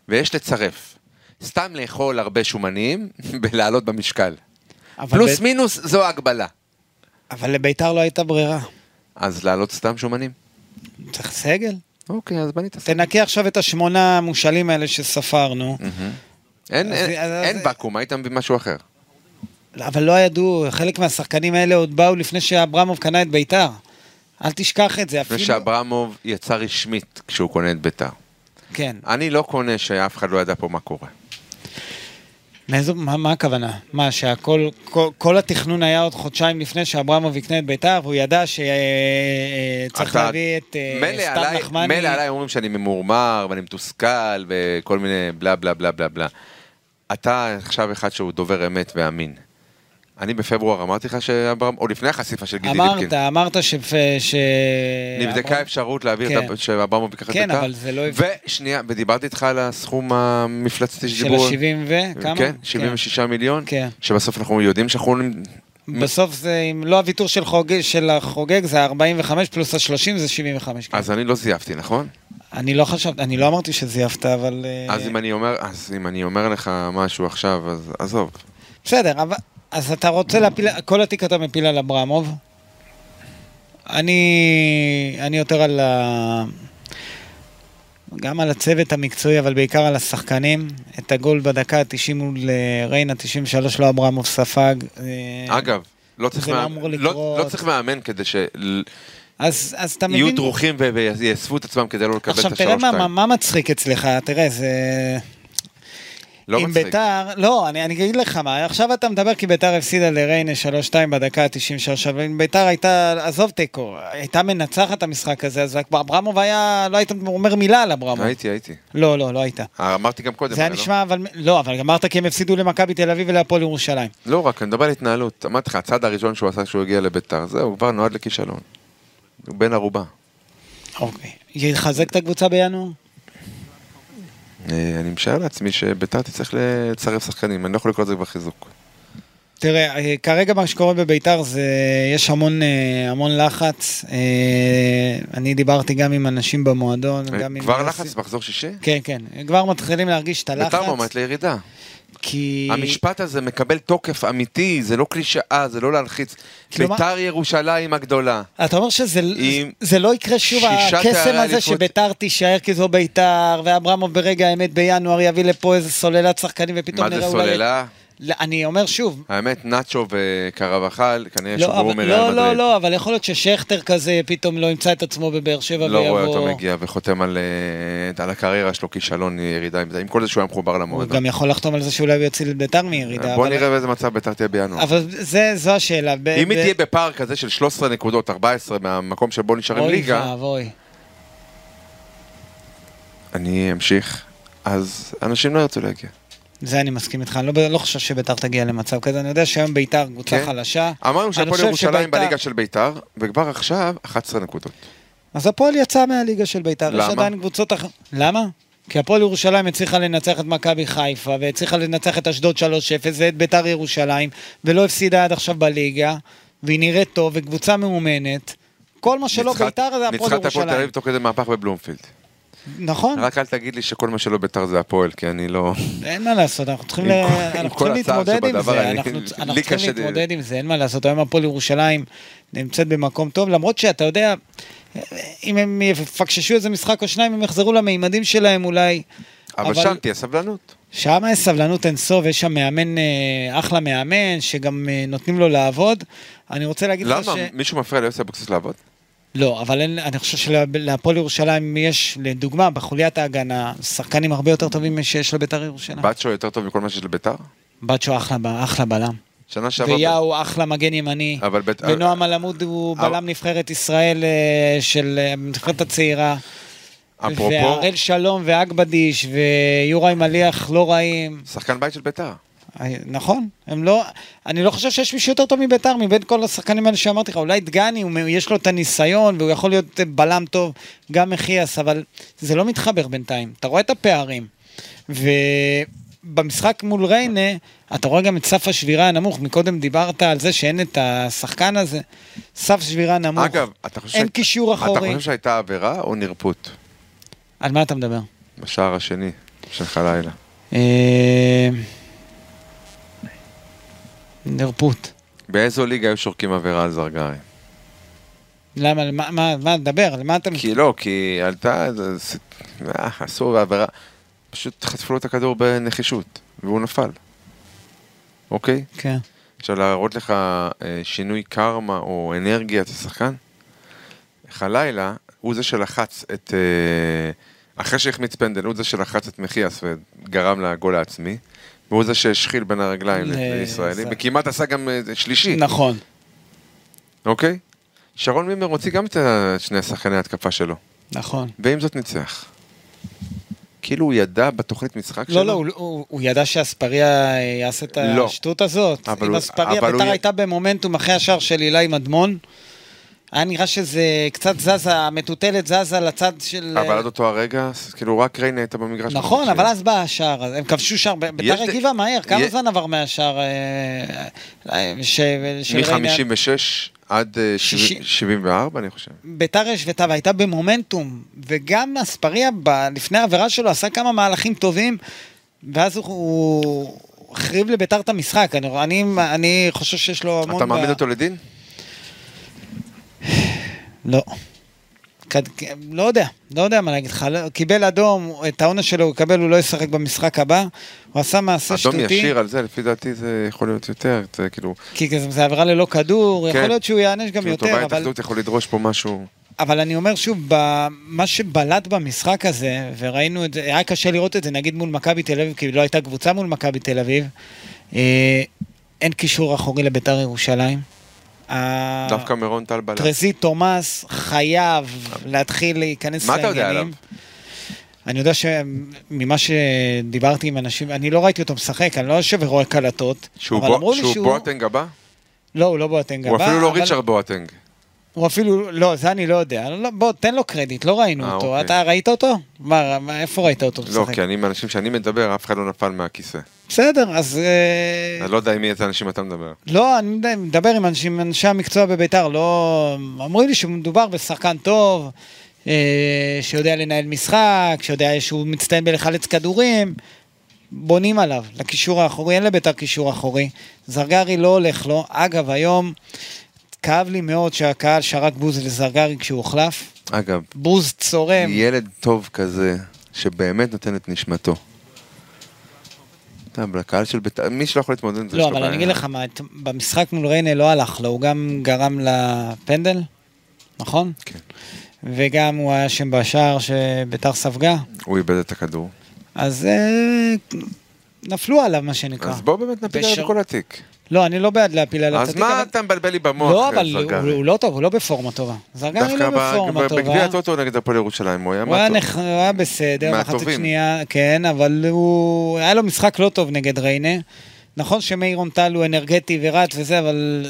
C: ויש לצרף. סתם לאכול הרבה שומנים ולעלות במשקל.
A: אבל
C: פלוס
A: בית-
C: מינוס זו הגבלה.
A: אבל לביתר לא הייתה ברירה.
C: אז להעלות סתם שומנים?
A: צריך סגל.
C: אוקיי, אז בנית סגל.
A: תנקי עכשיו את השמונה המושאלים האלה שספרנו,
C: אין,
A: אז-
C: אין,
A: אז-
C: אין
A: אז-
C: ואקום, היית מביא משהו אחר.
A: אבל לא ידעו, חלק מהשחקנים האלה עוד באו לפני שאברמוב קנה את ביתר. אל תשכח את זה,
C: לפני
A: אפילו...
C: שאברמוב יצא רשמית כשהוא קונה את ביתר.
A: כן.
C: אני לא קונה שאף אחד לא ידע פה מה קורה.
A: מאיזו, מה, מה הכוונה? מה, שהכל, כל, כל התכנון היה עוד חודשיים לפני שאברמוב יקנה את ביתר, והוא ידע שצריך
C: אתה-
A: להביא את אה,
C: מילא
A: סתיו
C: עליי-
A: נחמני.
C: מילא עליי אומרים שאני ממורמר ואני מתוסכל וכל מיני בלה בלה בלה בלה בלה. אתה עכשיו אחד שהוא דובר אמת ואמין. אני בפברואר אמרתי לך שאברהם, או לפני החשיפה של גידי ליפקין,
A: אמרת, אמרת ש... ש...
C: נבדקה אפשרות להעביר את
A: כן.
C: ה- שאברמוב ייקח את ביתר.
A: כן, אבל זה לא-
C: ושנייה, ודיברתי איתך על הסכום המפלצתי
A: של
C: שדיברו.
A: ה-70 וכמה?
C: כן, 76 מיליון,
A: כן.
C: שבסוף אנחנו יודעים שאנחנו...
A: בסוף זה, אם לא הוויתור של חוגג, של החוגג זה 45 פלוס ה-30 זה 75. כן.
C: אז אני לא זייפתי, נכון?
A: אני לא חשבתי, אני לא אמרתי שזייפת, אבל... אה,
C: אז אם אני אומר, אז אם אני אומר לך משהו עכשיו, אז עזוב.
A: בסדר, אבל... אז אתה רוצה להפיל, כל התיק אתה מפיל על אברמוב? אני, אני יותר על ה... גם על הצוות המקצועי, אבל בעיקר על השחקנים. את הגול בדקה ה-90 מול אה, ריינה, 93 לא אברמוב ספג. אה,
C: אגב, לא צריך
A: זה לא
C: מאמן-
A: אמור
C: לא-
A: לקרות.
C: לא צריך מאמן כדי שיהיו
A: אז, אז אתה מבין...
C: דרוכים ו- ויאספו את עצמם כדי לא לקבל את
A: עכשיו, תראה מה, מה,
C: השלוש-שתיים.
A: מה מצחיק אצלך, תראה, זה...
C: לא
A: עם
C: מצחיק.
A: ביתר, לא, אני, אני אגיד לך מה, עכשיו אתה מדבר כי ביתר הפסידה לריינה 3-2 בדקה ה-93, אבל אם ביתר הייתה, עזוב תיקו, הייתה מנצחת המשחק הזה, אז אברמוב היה, לא היית אומר מילה על אברמוב.
C: הייתי, הייתי.
A: לא, לא, לא הייתה.
C: אה, אמרתי גם קודם.
A: זה היה
C: אבל לא-
A: נשמע, אבל, לא, אבל אמרת כי הם הפסידו למכבי תל אביב ולהפועל ירושלים.
C: לא רק, אני מדבר על התנהלות. אמרתי לך, הצעד הראשון שהוא עשה כשהוא הגיע לביתר, זהו, כבר נועד לכישלון. הוא בן ערובה.
A: אוקיי. יחזק את הקבוצה בינואר?
C: אה, אני משער לעצמי שביתר תצטרך לצרף שחקנים, אני לא יכול לקרוא לזה כבר חיזוק.
A: תראה, אה, כרגע מה שקורה בביתר זה, יש המון, אה, המון לחץ. אה, אני דיברתי גם עם אנשים במועדון, גם עם...
C: אה, כבר
A: יוסי.
C: לחץ מחזור שישי?
A: כן, כן. כבר מתחילים להרגיש את הלחץ.
C: ביתר מועמד לירידה.
A: כי...
C: המשפט הזה מקבל תוקף אמיתי, זה לא קלישאה, זה לא להלחיץ.
A: כלומר-
C: ביתר ירושלים הגדולה.
A: אתה אומר שזה
C: עם
A: זה לא יקרה שוב,
C: שישה
A: הקסם
C: תארי
A: הזה
C: אליפות.
A: שביתר תישאר כי זו ביתר, ואברמוב ברגע האמת בינואר יביא לפה איזה סוללת שחקנים ופתאום
C: מה זה
A: נראה אולי...
C: סוללה?
A: לא, אני אומר שוב,
C: האמת, נאצ'ו וקרבחל, כנראה
A: לא,
C: שוגרו
A: אבל,
C: מריאל
A: לא,
C: מדריד.
A: לא, לא, אבל יכול להיות ששכטר כזה פתאום לא ימצא את עצמו בבאר שבע
C: לא
A: ויבוא...
C: רואה אותו מגיע וחותם על, אה, על הקריירה שלו כישלון אה, ירידה עם זה, עם כל זה שהוא היה מחובר
A: הוא
C: למועדון.
A: גם יכול לחתום על זה שאולי הוא יציל את ביתר מירידה.
C: בוא
A: אבל-
C: נראה באיזה מצב ביתר תהיה בינואר.
A: אבל זה, זו השאלה. ב-
C: אם
A: ב-
C: היא תהיה בפער כזה של 13 נקודות, 14 מהמקום שבו נשארים
A: אוי
C: ליגה,
A: ואבוי.
C: אני אמשיך, אז אנשים לא ירצו להגיע.
A: זה אני מסכים איתך, אני לא, לא חושב שביתר תגיע למצב כזה, אני יודע שהיום ביתר קבוצה
C: כן.
A: חלשה.
C: אמרנו
A: אני
C: שהפועל
A: חושב
C: ירושלים
A: שביתר-
C: בליגה של ביתר, וכבר עכשיו 11 נקודות.
A: אז הפועל יצא מהליגה של ביתר.
C: למה?
A: יש עדיין קבוצות אחרות. למה? כי הפועל ירושלים הצליחה לנצח את מכבי חיפה, והצליחה לנצח את אשדוד 3-0, ואת ביתר ירושלים, ולא הפסידה עד עכשיו בליגה, והיא נראית טוב, וקבוצה מאומנת. כל מה שלא
C: ניצחה-
A: ביתר זה הפועל
C: ניצחה את הפועל תל
A: ירושלים.
C: אביב תוך כדי מהפך בבלומפילד.
A: נכון,
C: רק אל תגיד לי שכל מה שלא ביתר זה הפועל, כי אני לא...
A: אין מה לעשות, אנחנו צריכים
C: עם
A: ל-
C: כל- עם
A: אנחנו
C: כל
A: צריכים
C: הצער
A: להתמודד עם
C: שבדבר,
A: זה,
C: אני-
A: אנחנו
C: לי
A: אנחנו
C: קשה
A: צריכים
C: ל-
A: להתמודד עם זה, אין מה לעשות, היום הפועל ירושלים נמצאת במקום טוב, למרות שאתה יודע, אם הם יפקששו איזה משחק או שניים, הם יחזרו למימדים שלהם אולי.
C: אבל שם תהיה סבלנות.
A: שם יש סבלנות אינסוף, יש שם מאמן, אה, אחלה מאמן, שגם אה, נותנים לו לעבוד. אני רוצה להגיד לך ש...
C: למה? מישהו מפריע ליוסי אבוקסיס לעבוד?
A: לא, אבל אין, אני חושב שלהפועל ירושלים יש, לדוגמה, בחוליית ההגנה, שחקנים הרבה יותר טובים שיש לביתר ירושלים.
C: בצ'ו יותר טוב מכל מה שיש לביתר?
A: בצ'ו אחלה, ב- אחלה בלם.
C: שנה שעברה...
A: ויאו אחלה מגן ימני.
C: אבל בית-
A: ונועם אלעמוד הוא
C: אבל-
A: בלם נבחרת ישראל אה, של אה, נבחרת הצעירה.
C: אפרופו,
A: והראל שלום ואגבדיש ויוראי מליח לא רעים.
C: שחקן בית של ביתר.
A: אה, נכון, הם לא, אני לא חושב שיש מישהו יותר טוב מביתר, מבין כל השחקנים האלה שאמרתי לך, אולי דגני, הוא- יש לו את הניסיון והוא יכול להיות אה, בלם טוב, גם מחיאס, אבל זה לא מתחבר בינתיים, אתה רואה את הפערים. ובמשחק מול ריינה, אתה רואה גם את סף השבירה הנמוך, מקודם דיברת על זה שאין את השחקן הזה, סף שבירה נמוך,
C: אגב, אתה חושב...
A: אין
C: שהי-
A: קישור
C: אתה
A: אחורי,
C: חושב שהייתה עבירה או נרפות?
A: על מה אתה מדבר?
C: בשער השני שלך לילה.
A: אה, נרפות.
C: באיזו ליגה היו שורקים עבירה על זרגרי?
A: למה, על מה, מה, מה, דבר, על מה אתה... מת-
C: כי לא, כי עלתה, זה- זה- אה, עשו עבירה, פשוט חטפו לו את הכדור בנחישות, והוא נפל. אוקיי?
A: כן.
C: עכשיו להראות לך אה, שינוי קרמה או אנרגיית השחקן? חלילה, הוא זה שלחץ את... אה, אחרי שהחמיץ פנדל, הוא זה שלחץ את מחיאס וגרם לגול העצמי, והוא זה שהשחיל בין הרגליים
A: ל-
C: לישראלי,
A: אה, זה-
C: וכמעט עשה גם אה, שלישי,
A: נכון.
C: אוקיי? שרון מימר הוציא גם את ה- שני השחקני ההתקפה שלו.
A: נכון.
C: ועם זאת ניצח. כאילו הוא ידע בתוכנית משחק שלו.
A: לא, לא, הוא- הוא הוא ידע שאספריה אה, יעשה את
C: לא.
A: השטות הזאת.
C: אבל
A: אם
C: הוא-
A: אספריה,
C: אבל הוא
A: ביתר
C: י-
A: הייתה במומנטום אחרי השער של אילי מדמון. היה נראה שזה קצת זזה, המטוטלת זזה לצד של... אה,
C: אבל לא עד אותו הרגע, אז כאילו רק ריינה הייתה במגרש.
A: לא- נכון,
C: במשחק
A: אבל
C: שלי.
A: אז בא השער, אז הם כבשו שער, ב- ביתר
C: ד-
A: הגיבה מהר, כמה
C: יש-
A: זמן עבר מהשער אה, אה, ש- של ריינה?
C: מ-56 עד אה,
A: שישים.
C: 74, אני חושב.
A: ביתר השוותה והייתה במומנטום, וגם אספריה ב- לפני העבירה שלו עשה כמה מהלכים טובים, ואז הוא- הוא החריב לביתר את המשחק. אני, אני, אני חושב שיש לו המון...
C: אתה מעמיד
A: ב-
C: אותו לדין?
A: לא. כד... לא יודע, לא יודע מה להגיד לך. לא- קיבל אדום, את העונש שלו הוא יקבל, הוא לא ישחק במשחק הבא. הוא עשה מעשה
C: אדום
A: שטותי,
C: ישיר על זה, לפי דעתי זה יכול להיות יותר, זה כאילו...
A: כי זה, זה עבירה ללא כדור,
C: כן.
A: יכול להיות שהוא יענש גם
C: כאילו,
A: יותר, אבל...
C: תובעי התאחדות יכול לדרוש פה משהו.
A: אבל אני אומר שוב, ב- מה שבלט במשחק הזה, וראינו את זה, היה קשה לראות את זה נגיד מול מכבי תל אביב, כי לא הייתה קבוצה מול מכבי תל אביב, אה, אין קישור אחורי לביתר ירושלים. ה-
C: דווקא מירון טל בלם.
A: טרזי תומאס חייב להתחיל להיכנס
C: מה
A: לעניינים.
C: אתה יודע עליו?
A: אני יודע שממה שדיברתי עם אנשים, אני לא ראיתי אותו משחק, אני לא יושב ורואה קלטות,
C: שהוא
A: אבל
C: בוע-
A: אמרו לי
C: שהוא
A: שהוא...
C: בואטנג הבא?
A: לא, הוא לא בואטנג
C: הוא
A: הבא,
C: אפילו לא
A: אבל-
C: ריצ'רד בואטנג.
A: הוא אפילו, לא, זה אני לא יודע. לא, בוא, תן לו קרדיט, לא ראינו
C: אה,
A: אותו.
C: אוקיי.
A: אתה ראית אותו? מה, מה, איפה ראית אותו
C: לא,
A: משחק?
C: כי אני, מהאנשים שאני מדבר, אף אחד לא נפל מהכיסא.
A: בסדר, אז... אה,
C: אני לא יודע עם מי את האנשים אתה מדבר.
A: לא, אני מד- מדבר עם אנשים, אנשי המקצוע בביתר, לא... אמרו לי שמדובר בשחקן טוב, אה, שיודע לנהל משחק, שיודע שהוא מצטיין בלחלץ כדורים. בונים עליו, לקישור האחורי, אין לביתר קישור אחורי. זרגרי לא הולך לו. אגב, היום כאב לי מאוד שהקהל שרק בוז לזרגרי כשהוא הוחלף.
C: אגב,
A: בוז צורם.
C: ילד טוב כזה, שבאמת נותן את נשמתו. אתה, לקהל של בית"ר, מי שלא יכול להתמודד עם זה,
A: לא,
C: יש לו
A: אבל
C: בעיה.
A: אני אגיד לך מה, את- במשחק מול ריינה לא הלך לו, הוא גם גרם לפנדל, נכון?
C: כן.
A: וגם הוא היה אשם בשער שביתר ספגה,
C: הוא איבד את הכדור.
A: אז אה, נפלו עליו מה שנקרא.
C: אז בוא באמת נפיל עליו
A: בשר-
C: כל התיק.
A: לא, אני לא בעד להפיל עליו את
C: אז
A: התיק,
C: מה
A: אבל-
C: אתה מבלבל לי במוח?
A: לא, אבל הוא-
C: זרגרי?
A: הוא לא טוב, הוא לא בפורמה טובה. זרגרי
C: דווקא
A: לא
C: ב-
A: בפורמה
C: ב-
A: טובה.
C: בגביע הטוטו נגד הפועל ירושלים, הוא היה
A: הוא היה,
C: מה
A: נח... הוא היה בסדר,
C: מהטובים.
A: מחצית שנייה, כן, אבל הוא... היה לו משחק לא טוב נגד ריינה. נכון שמאירון טל הוא אנרגטי ורץ וזה, אבל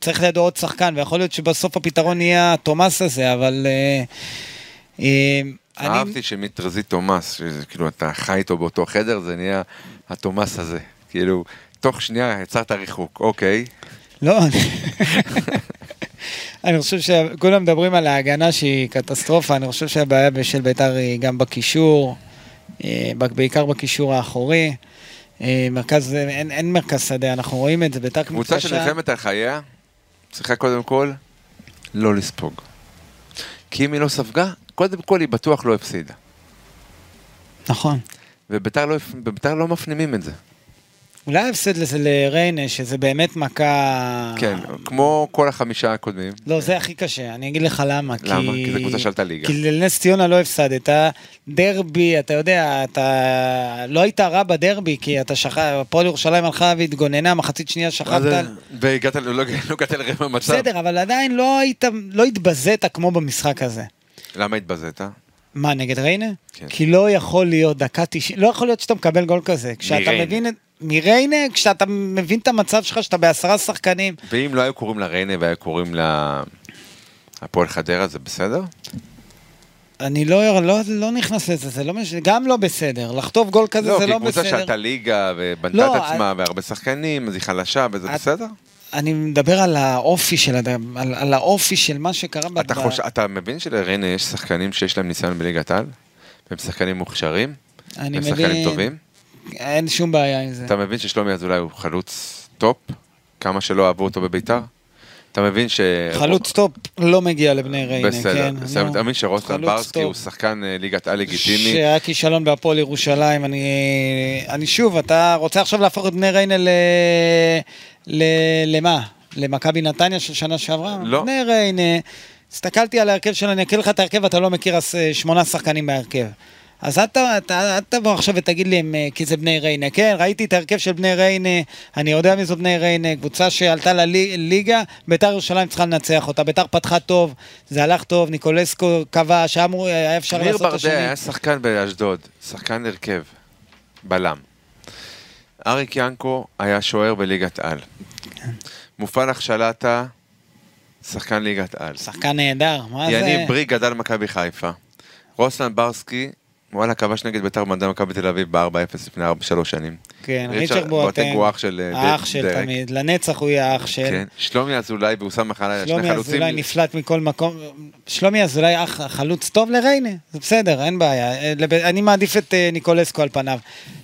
A: צריך לידו עוד שחקן, ויכול להיות שבסוף הפתרון יהיה התומאס הזה, אבל... אה, אה, אני...
C: אהבתי שמטרזי תומאס, שזה כאילו אתה חי איתו באותו חדר, זה נהיה התומאס הזה. כאילו, תוך שנייה יצרת ריחוק, אוקיי.
A: לא, אני... אני חושב שכולם מדברים על ההגנה שהיא קטסטרופה, אני חושב שהבעיה של ביתר היא גם בקישור, אה, בעיקר בקישור האחורי. אה, מרכז, אין, אין מרכז שדה, אנחנו רואים את זה, ביתר
C: קבוצה שנלחמת על חייה, צריכה קודם כל לא לספוג. כי אם היא לא ספגה, קודם כל היא בטוח לא הפסידה.
A: נכון.
C: וביתר לא, ביתר לא מפנימים את זה.
A: אה. אולי ההפסד לזה לריינה, שזה באמת מכה...
C: כן, כמו כל החמישה הקודמים.
A: לא, זה הכי קשה, אני אגיד לך למה.
C: למה? כי זו קבוצה שעלתה ליגה.
A: כי לנס ציונה לא הפסדת, דרבי, אתה יודע, אתה לא היית רע בדרבי, כי אתה שכב, הפועל ירושלים הלכה והתגוננה, מחצית שנייה שכבת על...
C: והגעת, לא לא הגעת לרבע המצב.
A: אה, בסדר, אבל עדיין לא היית, לא התבזית כמו במשחק הזה.
C: למה התבזית? אה?
A: מה, נגד ריינה?
C: כן.
A: כי לא יכול להיות דקה 90, לא יכול להיות שאתה מקבל גול כזה. כשאתה
C: מריינה.
A: מבין את... מריינה, כשאתה מבין את המצב שלך, שאתה בעשרה שחקנים.
C: ואם לא היו קוראים לה ריינה והיו קוראים לה... הפועל חדרה זה בסדר?
A: אני לא, לא, לא נכנס לזה, זה לא משנה, גם לא בסדר. לחטוף גול כזה זה
C: כי
A: לא
C: קבוצה
A: בסדר.
C: שעלתה ליגה ובנתה
A: לא, אה,
C: את עצמה והרבה שחקנים, אז היא חלשה וזה
A: את-
C: בסדר?
A: אני מדבר על האופי של אדם, על, על האופי של מה שקרה
C: אתה
A: ב-
C: חוש- אתה מבין שלריינה יש שחקנים שיש להם ניסיון בליגת העל? והם שחקנים מוכשרים?
A: אני
C: והם שחקנים
A: מבין, כן.
C: טובים?
A: אין שום בעיה עם זה.
C: אתה מבין ששלומי אזולאי הוא חלוץ טופ? כמה שלא אהבו אותו בביתר? אתה מבין ש...
A: חלוץ טופ לא מגיע לבני ריינה,
C: בסדר,
A: כן?
C: בסדר.
A: נו.
C: אתה מבין שרוסטן
A: חלוץ
C: ברסקי
A: טוב.
C: הוא שחקן אה, ליגת על לגיטימי?
A: שהיה כישלון בהפועל ירושלים, אני, אני שוב, אתה רוצה עכשיו להפוך את בני ריינה ל... ל... למה? למכבי נתניה של שנה שעברה?
C: לא.
A: בני ריינה, הסתכלתי על ההרכב שלו, אני אקריא לך את ההרכב, אתה לא מכיר אז, אה, שמונה שחקנים בהרכב. אז אל ת- ת- אל תבוא עכשיו ותגיד לי אם, אה, כי זה בני ריינה. כן, ראיתי את ההרכב של בני ריינה, אני יודע מי זו בני ריינה, קבוצה שעלתה לליגה, ביתר ירושלים צריכה לנצח אותה. ביתר פתחה טוב, זה הלך טוב, ניקולסקו כבש, היה אמור- היה אפשר
C: ניר
A: לעשות את השני.
C: ברדע היה שחקן באשדוד, שחקן הרכב, בלם. אריק ינקו היה שוער בליגת על.
A: כן.
C: מופלח שלטה, שחקן ליגת על.
A: שחקן נהדר, מה זה?
C: יניב בריק גדל מכבי חיפה. רוסלן ברסקי, וואלה, כבש נגד ביתר מדע מכבי תל אביב ב-4-0 לפני 3 שנים.
A: כן,
C: ריצ'רד
A: ריצ'רד בואטנג.
C: הוא אח של, אה,
A: האח של
C: דרק.
A: תמיד, לנצח הוא יהיה האח של.
C: כן. שלומי אזולאי ואוסאמה חלאלה, שני
A: שלומי
C: חלוצים.
A: אזולאי נפלט מכל מקום. שלומי אזולאי אח חלוץ טוב לריינה, זה בסדר, אין בעיה. אה, לב- אני מעדיף את אה, ניקולסקו על פניו.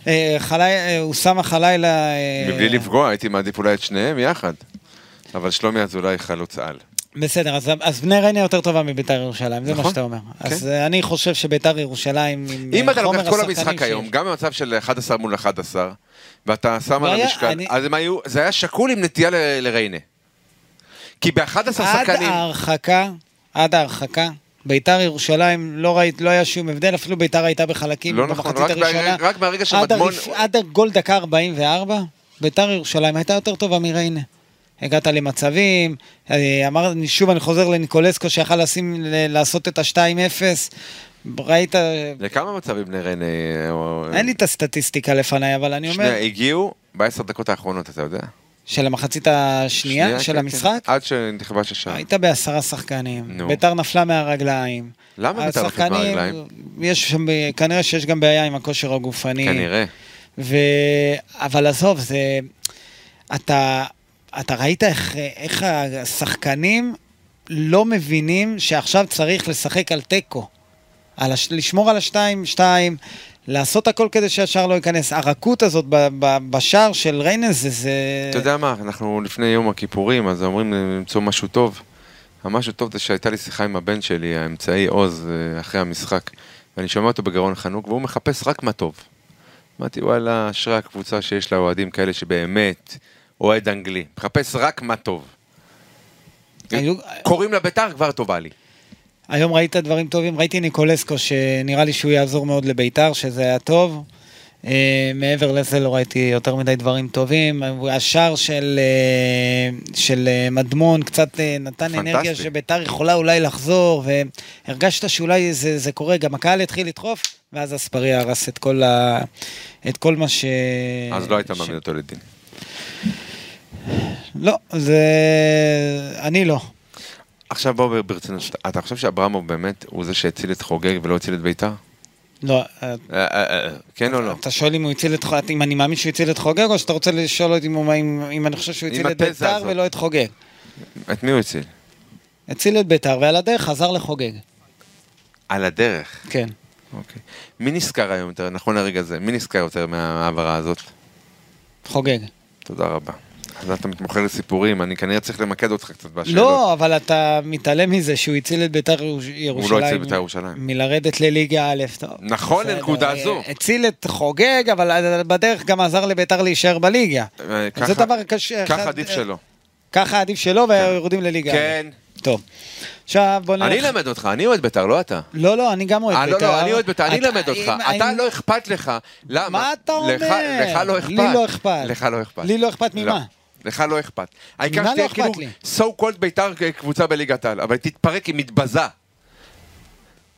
A: אה, חלי- אה, אוסאמה חלילה... אה,
C: מבלי לפגוע, הייתי מעדיף אולי את שניהם יחד. אבל שלומי אזולאי חלוץ על.
A: כן, בסדר, אז- אז בני ריינה יותר טובה מביתר ירושלים, זה מה
C: נכון.
A: שאתה אומר. אז
C: כן.
A: אה, אני חושב שביתר ירושלים, עם
C: אם
A: אה,
C: אתה לוקח
A: חומר
C: את כל
A: השחקנים
C: המשחק
A: שיש-
C: היום, גם במצב של 11 מול 11, ואתה שם
A: לא
C: על
A: היה-
C: המשקל,
A: אני-
C: אז הם היו, זה היה שקול עם נטייה ל- לריינה. כי ב-11
A: עד
C: שחקנים,
A: ההרחקה, עד ההרחקה, ביתר ירושלים לא ראית, לא היה שום הבדל, אפילו ביתר הייתה בחלקים
C: לא
A: במחצית
C: נכון, רק
A: הראשונה.
C: ברגע- רק ברגע
A: עד
C: שמדמון-
A: הרפ- עד הגול דקה 44, ביתר ירושלים הייתה יותר טובה מריינה. הגעת למצבים, אה, אמר, שוב אני חוזר לניקולסקו שיכל לשים, ל- לעשות את ה-2-0, ראית,
C: לכמה מצבים לריינה, או-
A: אין לי את הסטטיסטיקה לפניי, אבל אני אומר,
C: שני הגיעו ב-10 דקות האחרונות, אתה יודע?
A: של המחצית השנייה
C: שנייה,
A: של
C: כן,
A: המשחק,
C: כן. עד שנכבש השער.
A: הייתה בעשרה שחקנים,
C: נו.
A: ביתר נפלה מהרגליים.
C: למה לא ביתר נופלת
A: השחקנים,
C: מהרגליים?
A: יש שם, כנראה שיש גם בעיה עם הכושר הגופני.
C: כנראה.
A: ו... אבל עזוב, זה... אתה, אתה ראית איך, איך השחקנים לא מבינים שעכשיו צריך לשחק על תיקו. על הש... לשמור על השתיים-שתיים, לעשות הכל כדי שהשער לא ייכנס. הרכות הזאת ב... ב... בשער של ריינס זה... זה...
C: אתה יודע מה, אנחנו לפני יום הכיפורים, אז אומרים למצוא משהו טוב. המשהו טוב זה שהייתה לי שיחה עם הבן שלי, האמצעי עוז, אה, אחרי המשחק, ואני שומע אותו בגרון חנוק, והוא מחפש רק מה טוב. אמרתי, וואלה, אשרי הקבוצה שיש לה אוהדים כאלה שבאמת אוהד אנגלי, מחפש רק מה טוב.
A: היו-
C: קוראים לה ביתר, כבר טובה לי.
A: היום ראית דברים טובים, ראיתי ניקולסקו, שנראה לי שהוא יעזור מאוד לביתר, שזה היה טוב. אה, מעבר לזה לא ראיתי יותר מדי דברים טובים. השער של, אה, של אה, מדמון קצת אה, נתן
C: פנטסטי.
A: אנרגיה שביתר יכולה אולי לחזור, והרגשת שאולי זה, זה קורה, גם הקהל התחיל לדחוף, ואז אספריה הרס את כל, ה, את כל מה ש...
C: אז לא היית
A: אה, ש-
C: מעמיד אותו לדין.
A: לא, זה... אני לא.
C: עכשיו בוא ברצינות, אתה חושב שאברמוב באמת הוא זה שהציל את חוגג ולא הציל את ביתר?
A: לא, אה,
C: אה, אה, אה, כן או לא?
A: אתה שואל אם הוא הציל את חוגג, אם אני מאמין שהוא הציל את חוגג, או שאתה רוצה לשאול אותי אם, הוא- אם, אם אני חושב שהוא
C: עם
A: הציל את
C: התזה
A: ביתר
C: הזאת.
A: ולא את חוגג.
C: את מי הוא הציל?
A: הציל את ביתר, ועל הדרך חזר לחוגג.
C: על הדרך.
A: כן.
C: אוקיי. מי נזכר היום יותר, נכון לרגע זה, מי נזכר יותר מההעברה הזאת?
A: חוגג.
C: תודה רבה. אז אתה מתמוכר לסיפורים, אני כנראה צריך למקד אותך קצת בשאלות.
A: לא, אבל אתה מתעלם מזה שהוא הציל את ביתר ירוש-
C: לא הציל
A: ירושלים.
C: את בית"ר ירושלים.
A: מלרדת לליגה א', טוב.
C: נכון,
A: בסדר.
C: לנקודה
A: אה,
C: זו.
A: הציל את חוגג, אבל אה, בדרך גם עזר לביתר להישאר בליגה.
C: אה,
A: אז זה
C: ככה-
A: דבר קשה.
C: ככה
A: אחד-
C: עדיף
A: אה,
C: שלא.
A: ככה עדיף שלא, ויורדים לליגה. א'.
C: כן.
A: טוב. עכשיו בוא נלך...
C: אני אלמד אותך, אני אוהד בית"ר, לא אתה.
A: לא, לא, אני גם אוהד
C: אה,
A: בית"ר.
C: לא, לא, אני אוהד בית"ר, אני
A: אתה-
C: אלמד אותך.
A: אם-
C: אתה
A: אם-
C: לא אכפת לך. למה?
A: מה אתה אומר?
C: לך- לך לא אכפת.
A: לי לא אכפת.
C: לך לא אכפת.
A: לי לא אכפת ממה?
C: לא. לך לא אכפת. העיקר
A: ממה לא
C: שתהיה
A: אכפת
C: כאילו
A: לי?
C: so called בית"ר קבוצה בליגת העל, אבל תתפרק, היא מתבזה.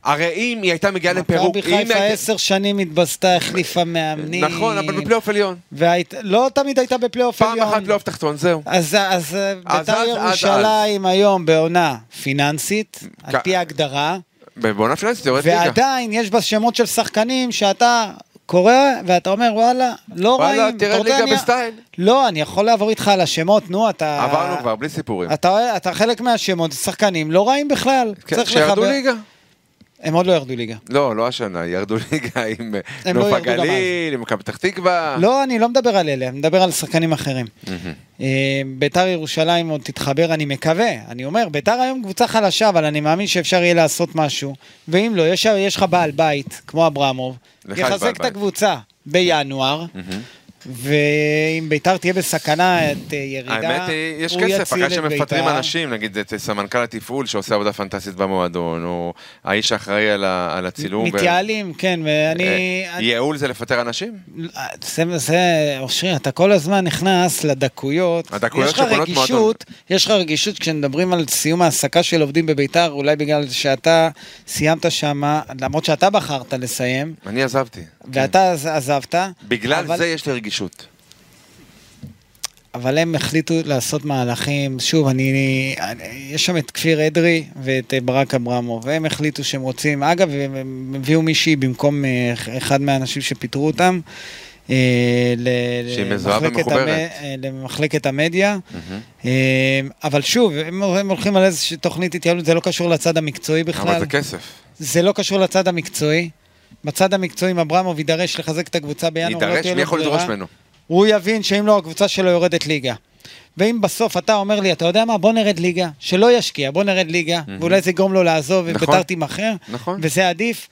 C: הרי אם היא הייתה מגיעה לפירוק,
A: מכבי
C: אם היא
A: חיפה
C: הייתה-
A: עשר שנים התבזתה, החליפה מאמנים.
C: נכון, אבל בפלייאוף עליון.
A: והיית- לא תמיד הייתה בפלייאוף
C: פעם
A: עליון.
C: אחת פלייאוף תחתון, זהו.
A: אז, אז אה,
C: אז,
A: בית"ר
C: אז,
A: ירושלים היום בעונה פיננסית, על פי ההגדרה,
C: בעונה פיננסית יורד ליגה.
A: ועדיין יש בה שמות של שחקנים שאתה קורא ואתה אומר וואלה, לא
C: וואלה,
A: רעים.
C: תראה
A: אתה רוצה,
C: ליגה
A: אני-
C: בסטייל.
A: לא, אני יכול לעבור איתך על השמות, נו, אתה...
C: עברנו כבר, בלי סיפורים.
A: אתה, אתה חלק מהשמות, זה שחקנים לא רעים בכלל.
C: כן,
A: צריך
C: שירדו
A: לחבר-
C: ליגה.
A: הם עוד לא ירדו ליגה.
C: לא, לא השנה, ירדו ליגה עם אה,
A: הם לא
C: נוף
A: ירדו גם
C: הגליל, עם מכבי פתח תקווה.
A: לא, אני לא מדבר על אלה, אני מדבר על שחקנים אחרים. אה, ביתר ירושלים עוד תתחבר, אני מקווה. אני אומר, ביתר היום קבוצה חלשה, אבל אני מאמין שאפשר יהיה לעשות משהו. ואם לא, יש, יש לך בעל בית, כמו אברמוב,
C: לך יש בעל
A: יחזק את
C: בית.
A: הקבוצה בינואר, ואם ביתר תהיה בסכנה את אה, ירידה,
C: האמת היא, יש
A: הוא
C: כסף,
A: יציל
C: אחרי
A: את
C: שמפטרים
A: ביתר.
C: אנשים, נגיד את אה, סמנכ"ל התפעול שעושה עבודה פנטסטית במועדון, או האיש האחראי על ה- על הצילום. ו-
A: מתייעלים, כן, ואני...
C: אה,
A: אני-
C: ייעול זה לפטר אנשים?
A: זה, זה, אושרי, אתה כל הזמן נכנס לדקויות.
C: הדקויות
A: יש לך
C: שבונות
A: רגישות, יש לך רגישות כשמדברים על סיום העסקה של עובדים בביתר, אולי בגלל שאתה סיימת שם, למרות שאתה בחרת לסיים,
C: אני עזבתי.
A: ואתה עז- עזבת.
C: כן. בגלל
A: אבל-
C: זה יש לי רגישות.
A: אבל הם החליטו לעשות מהלכים, שוב, אני, אני, יש שם את כפיר אדרי ואת אה, ברק אברמוב, והם החליטו שהם רוצים, אגב, הם- הם הביאו מישהי במקום אה, אחד מהאנשים שפיטרו אותם, אה, ל-
C: שהיא מזוהה
A: למחלקת
C: ומחוברת. Mm-hmm.
A: המ- אה, למחלקת המדיה, אה, אבל שוב, הם, הם הולכים על איזושהי תוכנית התייעלות, זה לא קשור לצד המקצועי בכלל.
C: אבל זה כן. כסף.
A: זה לא קשור לצד המקצועי. בצד המקצועי, אם אברמוב יידרש לחזק את הקבוצה בינואר, לא
C: יידרש,
A: תהיה
C: מי
A: לו
C: יכול
A: ברירה.
C: לדרוש ממנו?
A: הוא יבין שאם לא, הקבוצה שלו יורדת ליגה. ואם בסוף אתה אומר לי, אתה יודע מה, בוא נרד ליגה, שלא ישקיע, בוא נרד ליגה, ואולי זה יגרום לו לעזוב,
C: נכון.
A: וביתר תימכר,
C: נכון.
A: וזה עדיף.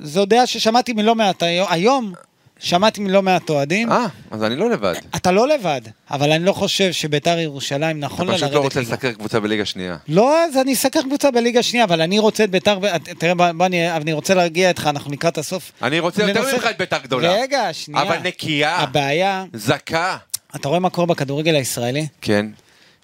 A: זו דעה ששמעתי מלא מעט, היום- היום שמעתי מלא מעט אוהדים.
C: אה, אז אני לא לבד.
A: אתה לא לבד, אבל אני לא חושב שביתר ירושלים
C: אתה
A: נכון לה
C: פשוט לא
A: לרדת
C: רוצה
A: ליגה.
C: לסקר קבוצה בליגה שנייה.
A: לא, אז אני אסקר קבוצה בליגה שנייה, אבל אני רוצה את ביתר, ו- תראה, בוא, בוא, אני, אני רוצה להרגיע אותך, אנחנו לקראת הסוף.
C: אני רוצה יותר
A: לנסות-
C: ממך את בית"ר גדולה.
A: רגע, שנייה.
C: אבל נקייה,
A: הבעיה,
C: זכה.
A: אתה רואה מה קורה בכדורגל הישראלי?
C: כן.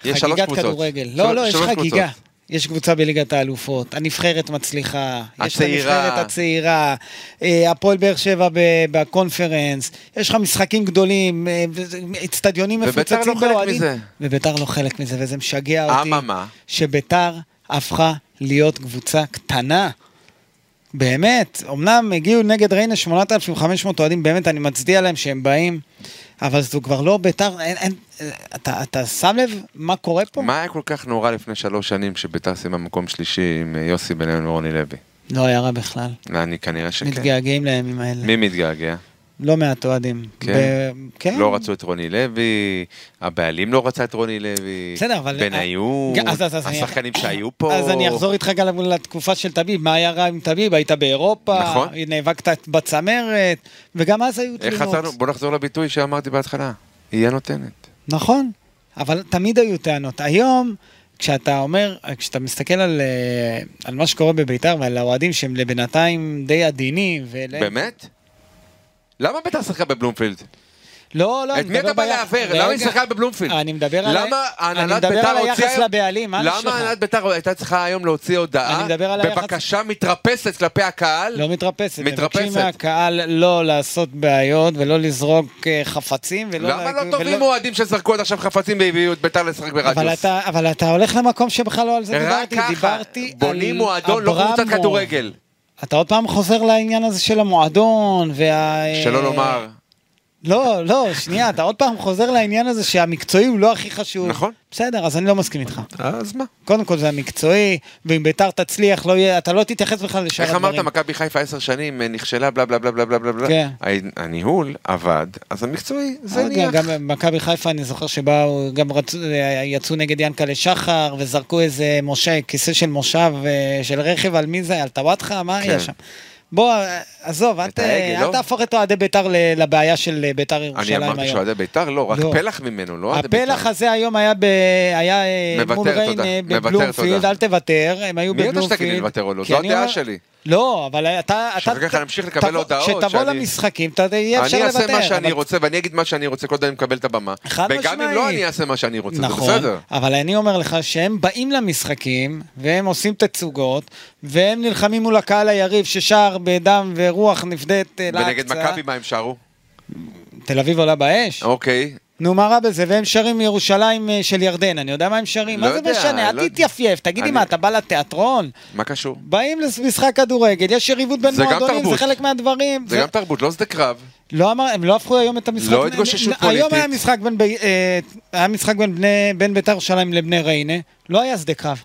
C: יש שלוש
A: חגיגת
C: קבוצות.
A: כדורגל.
C: של-
A: לא, לא, יש
C: שלוש
A: חגיגה.
C: קבוצות.
A: יש קבוצה בליגת האלופות, הנבחרת מצליחה, יש את
C: הצעירה.
A: הנבחרת הצעירה, אה, הפועל באר שבע ב- בקונפרנס, יש לך משחקים גדולים, אה, וזה- אצטדיונים
C: וביתר
A: מפוצצים
C: לא חלק
A: באוהדים.
C: מזה.
A: וביתר לא חלק מזה, וזה משגע אותי.
C: אממה?
A: שביתר הפכה להיות קבוצה קטנה. באמת, אמנם הגיעו נגד ריינה 8,500 אוהדים, באמת, אני מצדיע להם שהם באים, אבל זו כבר לא ביתר, אין, אין, אתה, אתה שם לב מה קורה פה?
C: מה היה כל כך נורא לפני שלוש שנים שביתר סיימה מקום שלישי עם אה, יוסי בניון ורוני לוי?
A: לא היה רע בכלל.
C: אני כנראה שכן.
A: מתגעגעים לימים האלה.
C: מי מתגעגע?
A: לא מעט אוהדים.
C: כן.
A: ב- כן.
C: לא רצו את רוני לוי, הבעלים לא רצה את רוני לוי,
A: בסדר, אבל...
C: בניון,
A: ג- אז- אז- אז אני-
C: השחקנים שהיו פה.
A: אז אני אחזור איתך גם לתקופה של טביב, מה היה רע עם טביב? היית באירופה,
C: נכון.
A: נאבקת בצמרת, וגם אז היו
C: איך
A: תלונות.
C: חזרנו? בוא נחזור לביטוי שאמרתי בהתחלה. היא הנותנת.
A: נכון, אבל תמיד היו טענות. היום, כשאתה אומר, כשאתה מסתכל על, אה, על מה שקורה בביתר ועל האוהדים שהם לבינתיים די עדינים, ואלה...
C: באמת? למה ביתר שיחקה בבלומפילד?
A: לא, לא,
C: את מי אתה בא
A: בעיה-
C: לעוור?
A: רגע,
C: למה היא שיחקה בבלומפילד?
A: אני מדבר על...
C: למה
A: אני
C: הנהלת
A: מדבר
C: ביתר
A: על היחס
C: הוציאה...
A: לבעלים, מה יש
C: למה
A: לך?
C: הנהלת ביתר הייתה צריכה היום להוציא הודעה?
A: אני מדבר על היחס-
C: בבקשה מתרפסת כלפי הקהל?
A: לא מתרפסת.
C: מתרפסת.
A: מבקשים מהקהל לא לעשות בעיות ולא לזרוק אה, חפצים ולא...
C: למה
A: להגיד-
C: לא טובים
A: ולא-
C: אוהדים שזרקו עד עכשיו חפצים והביאו את ביתר לשחק
A: אבל
C: ברדיוס?
A: אתה, אבל אתה הולך למקום שבכלל לא על זה
C: רק
A: דיברתי,
C: ככה
A: דיברתי
C: בונים
A: על
C: מועדון, לא קבוצת
A: אברמוב.
C: כדורגל.
A: אה, אתה עוד פעם חוזר לעניין הזה של המועדון, וה...
C: שלא לומר,
A: לא, לא, שנייה, אתה עוד פעם חוזר לעניין הזה שהמקצועי הוא לא הכי חשוב.
C: נכון.
A: בסדר, אז אני לא מסכים איתך.
C: אז מה?
A: קודם כל זה המקצועי, ואם ביתר תצליח, לא יהיה, אתה לא תתייחס בכלל לשאר
C: איך
A: הדברים.
C: אמרת, מכבי חיפה עשר שנים אה, נכשלה, בלה בלה בלה בלה בלה בלה בלה.
A: כן.
C: ה- הניהול עבד, אז המקצועי זה
A: אבל גם-
C: ניח.
A: גם מכבי חיפה, אני זוכר שבאו, גם רצו, אה, יצאו נגד ינקלה שחר, וזרקו איזה מושב, כיסא של מושב, אה, של רכב, על מי זה, על טוואטחה? מה היה
C: כן.
A: שם? בוא, אה, עזוב, אל ת-
C: את ההגה,
A: אל
C: לא?
A: תהפוך את אוהדי ביתר ל- לבעיה של אה, ביתר
C: אני
A: ירושלים היום.
C: אמרתי שאוהדי ביתר לא, רק
A: לא.
C: פלח ממנו, לא אוהדי ביתר.
A: הפלח הזה היום היה ב... היה אה,
C: מוותר,
A: מול ריין
C: תודה.
A: אה,
C: מוותר,
A: בבלומפילד,
C: תודה.
A: אל תוותר, הם היו
C: מי
A: בבלומפילד.
C: אתה שתגיד לי לוותר או לא?
A: כי
C: זו
A: אני
C: הדעה
A: אומר-
C: שלי.
A: לא, אבל אתה... אתה-
C: שאחר כך
A: ת-
C: אני אמשיך לקבל
A: תבוא-
C: הודעות
A: כשתבוא
C: שאני-
A: למשחקים, ת- יהיה אפשר
C: אני
A: לוותר.
C: אעשה מה שאני
A: אבל-
C: רוצה, ואני אגיד מה שאני רוצה, כל עוד אני מקבל את הבמה.
A: חד
C: וגם אם לא,
A: משמעית.
C: אני אעשה מה שאני רוצה, זה
A: נכון,
C: בסדר.
A: אבל אני אומר לך שהם באים למשחקים, והם עושים תצוגות, והם נלחמים מול הקהל היריב ששר בדם ורוח נפדית אה, להקצה.
C: ונגד מכבי מה הם שרו?
A: תל אביב עולה באש?
C: אוקיי.
A: נו, מה רע בזה? והם שרים ירושלים אה, של ירדן, אני יודע מה הם שרים.
C: לא
A: מה זה
C: יודע,
A: משנה?
C: לא
A: אל
C: יודע.
A: תתייפייף, תגיד לי
C: אני-
A: מה, אתה בא לתיאטרון?
C: מה קשור?
A: באים למשחק כדורגל, יש יריבות בין
C: זה גם
A: מועדונים, זה
C: תרבות.
A: חלק מהדברים.
C: זה גם תרבות, לא שדה קרב.
A: לא אמר, הם לא הפכו היום את המשחק.
C: לא התגוששות
A: היום
C: פוליטית.
A: היה משחק בין, ב... אה, היה משחק בין, בני... בין בית"ר ירושלים לבני ריינה, לא היה שדה קרב.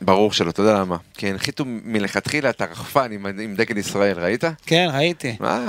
C: ברור שלא, אתה יודע למה. כי הנחיתו מלכתחילה את הרחפן עם- עם דגל ישראל, ראית?
A: כן, ראיתי.
C: מה?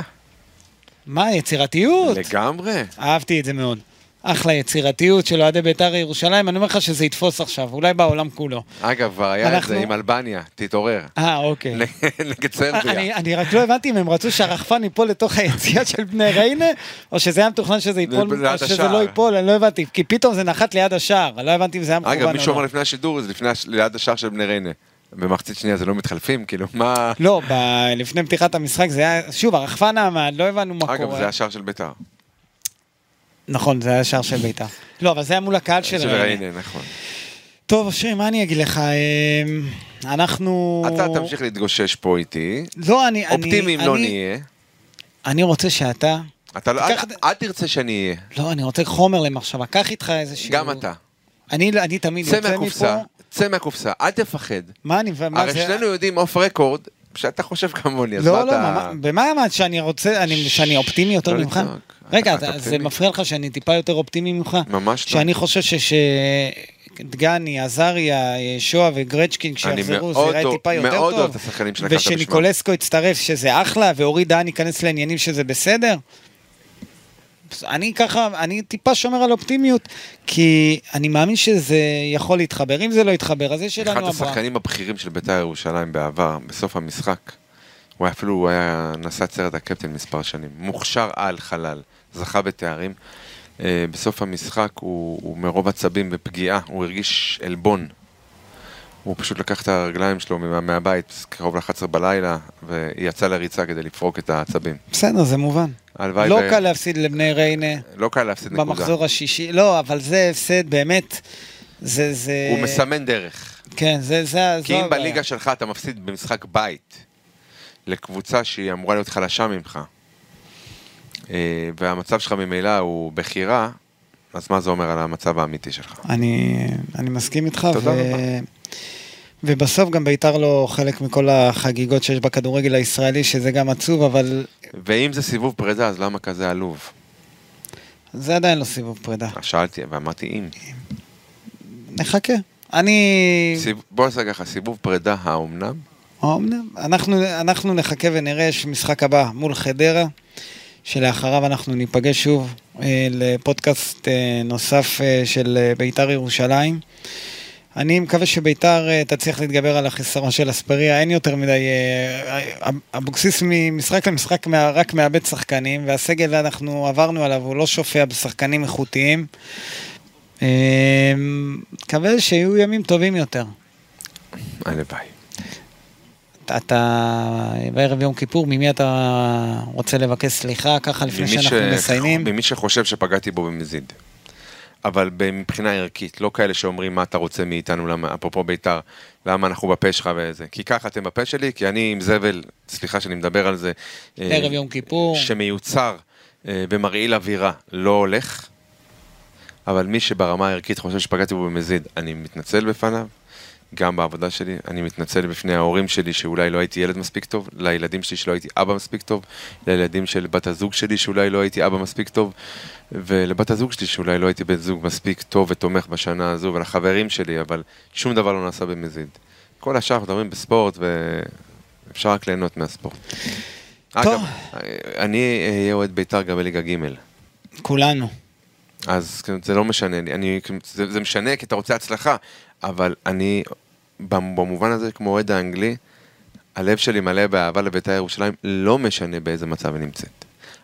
A: מה, יצירתיות?
C: לגמרי.
A: אהבתי את זה מאוד. אחלה יצירתיות של אוהדי בית"ר ירושלים, אני אומר לך שזה יתפוס עכשיו, אולי בעולם כולו.
C: אגב, כבר היה את
A: אנחנו-
C: זה עם אלבניה, תתעורר.
A: אה, אוקיי.
C: נגד
A: אני,
C: סרביה.
A: אני רק לא הבנתי אם הם רצו שהרחפן ייפול לתוך היציאה של בני ריינה, או שזה היה מתוכנן שזה
C: ליד
A: ייפול, או שזה
C: השער.
A: לא ייפול, אני לא הבנתי, כי פתאום זה נחת ליד השער, אני לא הבנתי אם זה היה מכוון או
C: אגב,
A: לא.
C: מישהו אמר לפני השידור, זה לפני, הש- ליד השער של בני ריינה. במחצית שנייה זה לא מתחלפים, כאילו, מה...
A: לא, ב... לפני פתיחת המשחק זה היה, שוב, הרחפן עמד, לא הבנו מה
C: אגב,
A: קורה.
C: זה השער של ביתר.
A: נכון, זה היה שער של בית"ר. לא, אבל זה היה מול הקהל של
C: של
A: ריינה.
C: ריינה, נכון.
A: טוב, אשרי, מה אני אגיד לך? אמ, אנחנו...
C: אתה תמשיך להתגושש פה איתי.
A: לא, אני... אני-
C: אופטימיים לא
A: אני-
C: נהיה.
A: אני רוצה שאתה...
C: אתה לא...
A: תיקח
C: אל-
A: את-
C: אל תרצה שאני אהיה.
A: לא, אני רוצה חומר למחשבה. קח איתך איזשהו...
C: גם אתה.
A: אני, לא- אני תמיד
C: צא
A: יוצא
C: מהקופסה.
A: מפה...
C: צא מהקופסה. אל תפחד.
A: מה אני... מה
C: הרי
A: זה-
C: שנינו יודעים אוף רקורד, שאתה חשב כמוני, אז מה
A: לא, לא,
C: אתה...
A: מה- במה אמרת שאני רוצה, אני- שאני אופטימי יותר
C: לא
A: ממך?
C: לצעוק.
A: רגע,
C: אתה
A: אתה- זה
C: אופטימי.
A: מפריע לך שאני טיפה יותר אופטימי ממך?
C: ממש לא.
A: שאני חושב ש- שדגני, עזריה, אה, שועה וגרצ'קין, כשיחזרו, זה
C: מאוד
A: יראה
C: אוה-
A: טיפה יותר טוב.
C: מאוד אוהב את השחקנים של מכבי
A: ושניקולסקו יצטרף, שזה אחלה, ואורי דהן ייכנס לעניינים שזה בסדר. אני ככה, אני טיפה שומר על אופטימיות, כי אני מאמין שזה יכול להתחבר. אם זה לא יתחבר, אז יש
C: אחד
A: לנו הבאה.
C: השחקנים הבכירים של בית"ר ירושלים בעבר, בסוף המשחק, הוא היה אפילו הוא היה נשא ציירת הקפטן מספר שנים, מוכשר על חלל, זכה בתארים. אה, בסוף המשחק הוא, הוא מרוב עצבים ופגיעה, הוא הרגיש עלבון. הוא פשוט לקח את הרגליים שלו מה- מהבית, קרוב ל-11 בלילה, ויצא לריצה כדי לפרוק את העצבים.
A: בסדר, זה מובן.
C: הלוואי
A: לא
C: ו-
A: קל להפסיד לבני ריינה.
C: לא קל להפסיד נקודה.
A: במחזור השישי, לא, אבל זה הפסד באמת, זה, זה,
C: הוא מסמן דרך.
A: כן, זה, זה,
C: כי אם בליגה שלך אתה מפסיד במשחק בית לקבוצה שהיא אמורה להיות חלשה ממך, אה, והמצב שלך ממילא הוא בכי רע, אז מה זה אומר על המצב האמיתי שלך?
A: אני, אני מסכים איתך,
C: תודה רבה.
A: ובסוף גם ביתר לא חלק מכל החגיגות שיש בכדורגל הישראלי, שזה גם עצוב, אבל
C: ואם זה סיבוב פרידה, אז למה כזה עלוב?
A: זה עדיין לא סיבוב פרידה.
C: אז שאלתי ואמרתי אם.
A: נחכה. אני,
C: סיב- בוא נעשה ככה, סיבוב פרידה האומנם?
A: האומנם? אנחנו, אנחנו נחכה ונראה, יש משחק הבא מול חדרה, שלאחריו אנחנו ניפגש שוב אה, לפודקאסט אה, נוסף אה, של אה, בית"ר ירושלים. אני מקווה שבית"ר אה, תצליח להתגבר על החיסרון של אספריה, אין יותר מדי... אה, אה, אבוקסיס ממשחק למשחק מה- רק מאבד שחקנים, והסגל אנחנו עברנו עליו, הוא לא שופע בשחקנים איכותיים. אה, מקווה שיהיו ימים טובים יותר.
C: הלוואי.
A: אתה בערב יום כיפור, ממי אתה רוצה לבקש סליחה ככה לפני
C: ממי
A: שאנחנו מסיימים?
C: ממי שחושב שפגעתי בו במזיד. אבל מבחינה ערכית, לא כאלה שאומרים מה אתה רוצה מאיתנו, למה, אפרופו בית"ר, למה אנחנו בפה שלך וזה. כי ככה אתם בפה שלי, כי אני עם זבל, סליחה שאני מדבר על זה. אה,
A: ערב יום כיפור.
C: שמיוצר אה, במרעיל אווירה, לא הולך. אבל מי שברמה הערכית חושב שפגעתי בו במזיד, אני מתנצל בפניו. גם בעבודה שלי. אני מתנצל בפני ההורים שלי שאולי לא הייתי ילד מספיק טוב, לילדים שלי שלא הייתי אבא מספיק טוב, לילדים של בת הזוג שלי שאולי לא הייתי אבא מספיק טוב, ולבת הזוג שלי שאולי לא הייתי בן זוג מספיק טוב ותומך בשנה הזו, ולחברים שלי, אבל שום דבר לא נעשה במזיד. כל השאר אנחנו מדברים בספורט, ואפשר רק ליהנות מהספורט. אגב, אני אהיה אוהד בית"ר גם בליגה ג'.
A: כולנו.
C: אז כאילו, זה לא משנה לי, אני, כאילו, זה, זה משנה כי אתה רוצה הצלחה, אבל אני, במ- במובן הזה, כמו אוהד האנגלי, הלב שלי מלא באהבה לבית"ר ירושלים, לא משנה באיזה מצב היא נמצאת.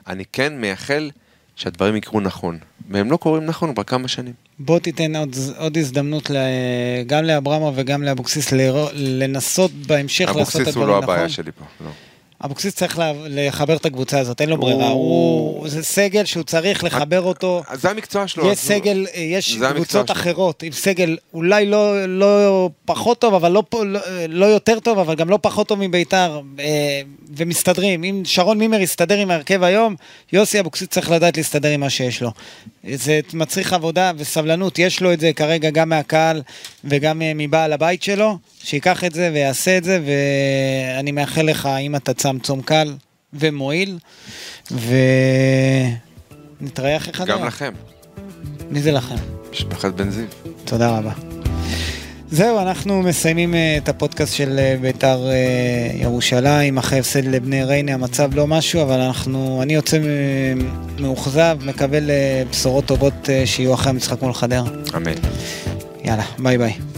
C: אני כן מייחל שהדברים יקרו נכון, והם לא קורים נכון כבר כמה שנים.
A: בוא תיתן עוד, עוד הזדמנות ל, גם לאברמה וגם לאבוקסיס לרא- לנסות בהמשך לעשות את
C: אבוקסיס הוא
A: הדברים
C: לא
A: נכון.
C: הבעיה שלי פה, לא.
A: אבוקסיס צריך לה- לחבר את הקבוצה הזאת, אין לו ברירה. הוא... זה סגל שהוא צריך לחבר אותו.
C: אז זה המקצוע שלו.
A: יש
C: אז הוא-
A: סגל, אה, יש
C: זה המקצוע
A: קבוצות
C: שלו.
A: אחרות עם סגל אולי לא, לא פחות טוב, אבל לא, פ- לא, לא יותר טוב, אבל גם לא פחות טוב מביתר, אה, ומסתדרים. אם שרון מימר יסתדר עם ההרכב היום, יוסי אבוקסיס צריך לדעת להסתדר עם מה שיש לו. זה מצריך עבודה וסבלנות, יש לו את זה כרגע גם מהקהל וגם אה, מבעל הבית שלו, שייקח את זה ויעשה את זה, ואני מאחל לך, אם אתה צם צום קל ומועיל, ונתראה אחרי חדרה.
C: גם לכם,
A: מי זה לכם?
C: משפחת בן זיו.
A: תודה רבה. זהו, אנחנו מסיימים אה, את הפודקאסט של אה, בית"ר אה, ירושלים, אחרי הפסד לבני ריינה, המצב לא משהו, אבל אנחנו, אני יוצא אה, מאוכזב, מקבל אה, בשורות טובות אה, שיהיו אחרי המשחק מול חדרה.
C: אמן.
A: יאללה, ביי ביי.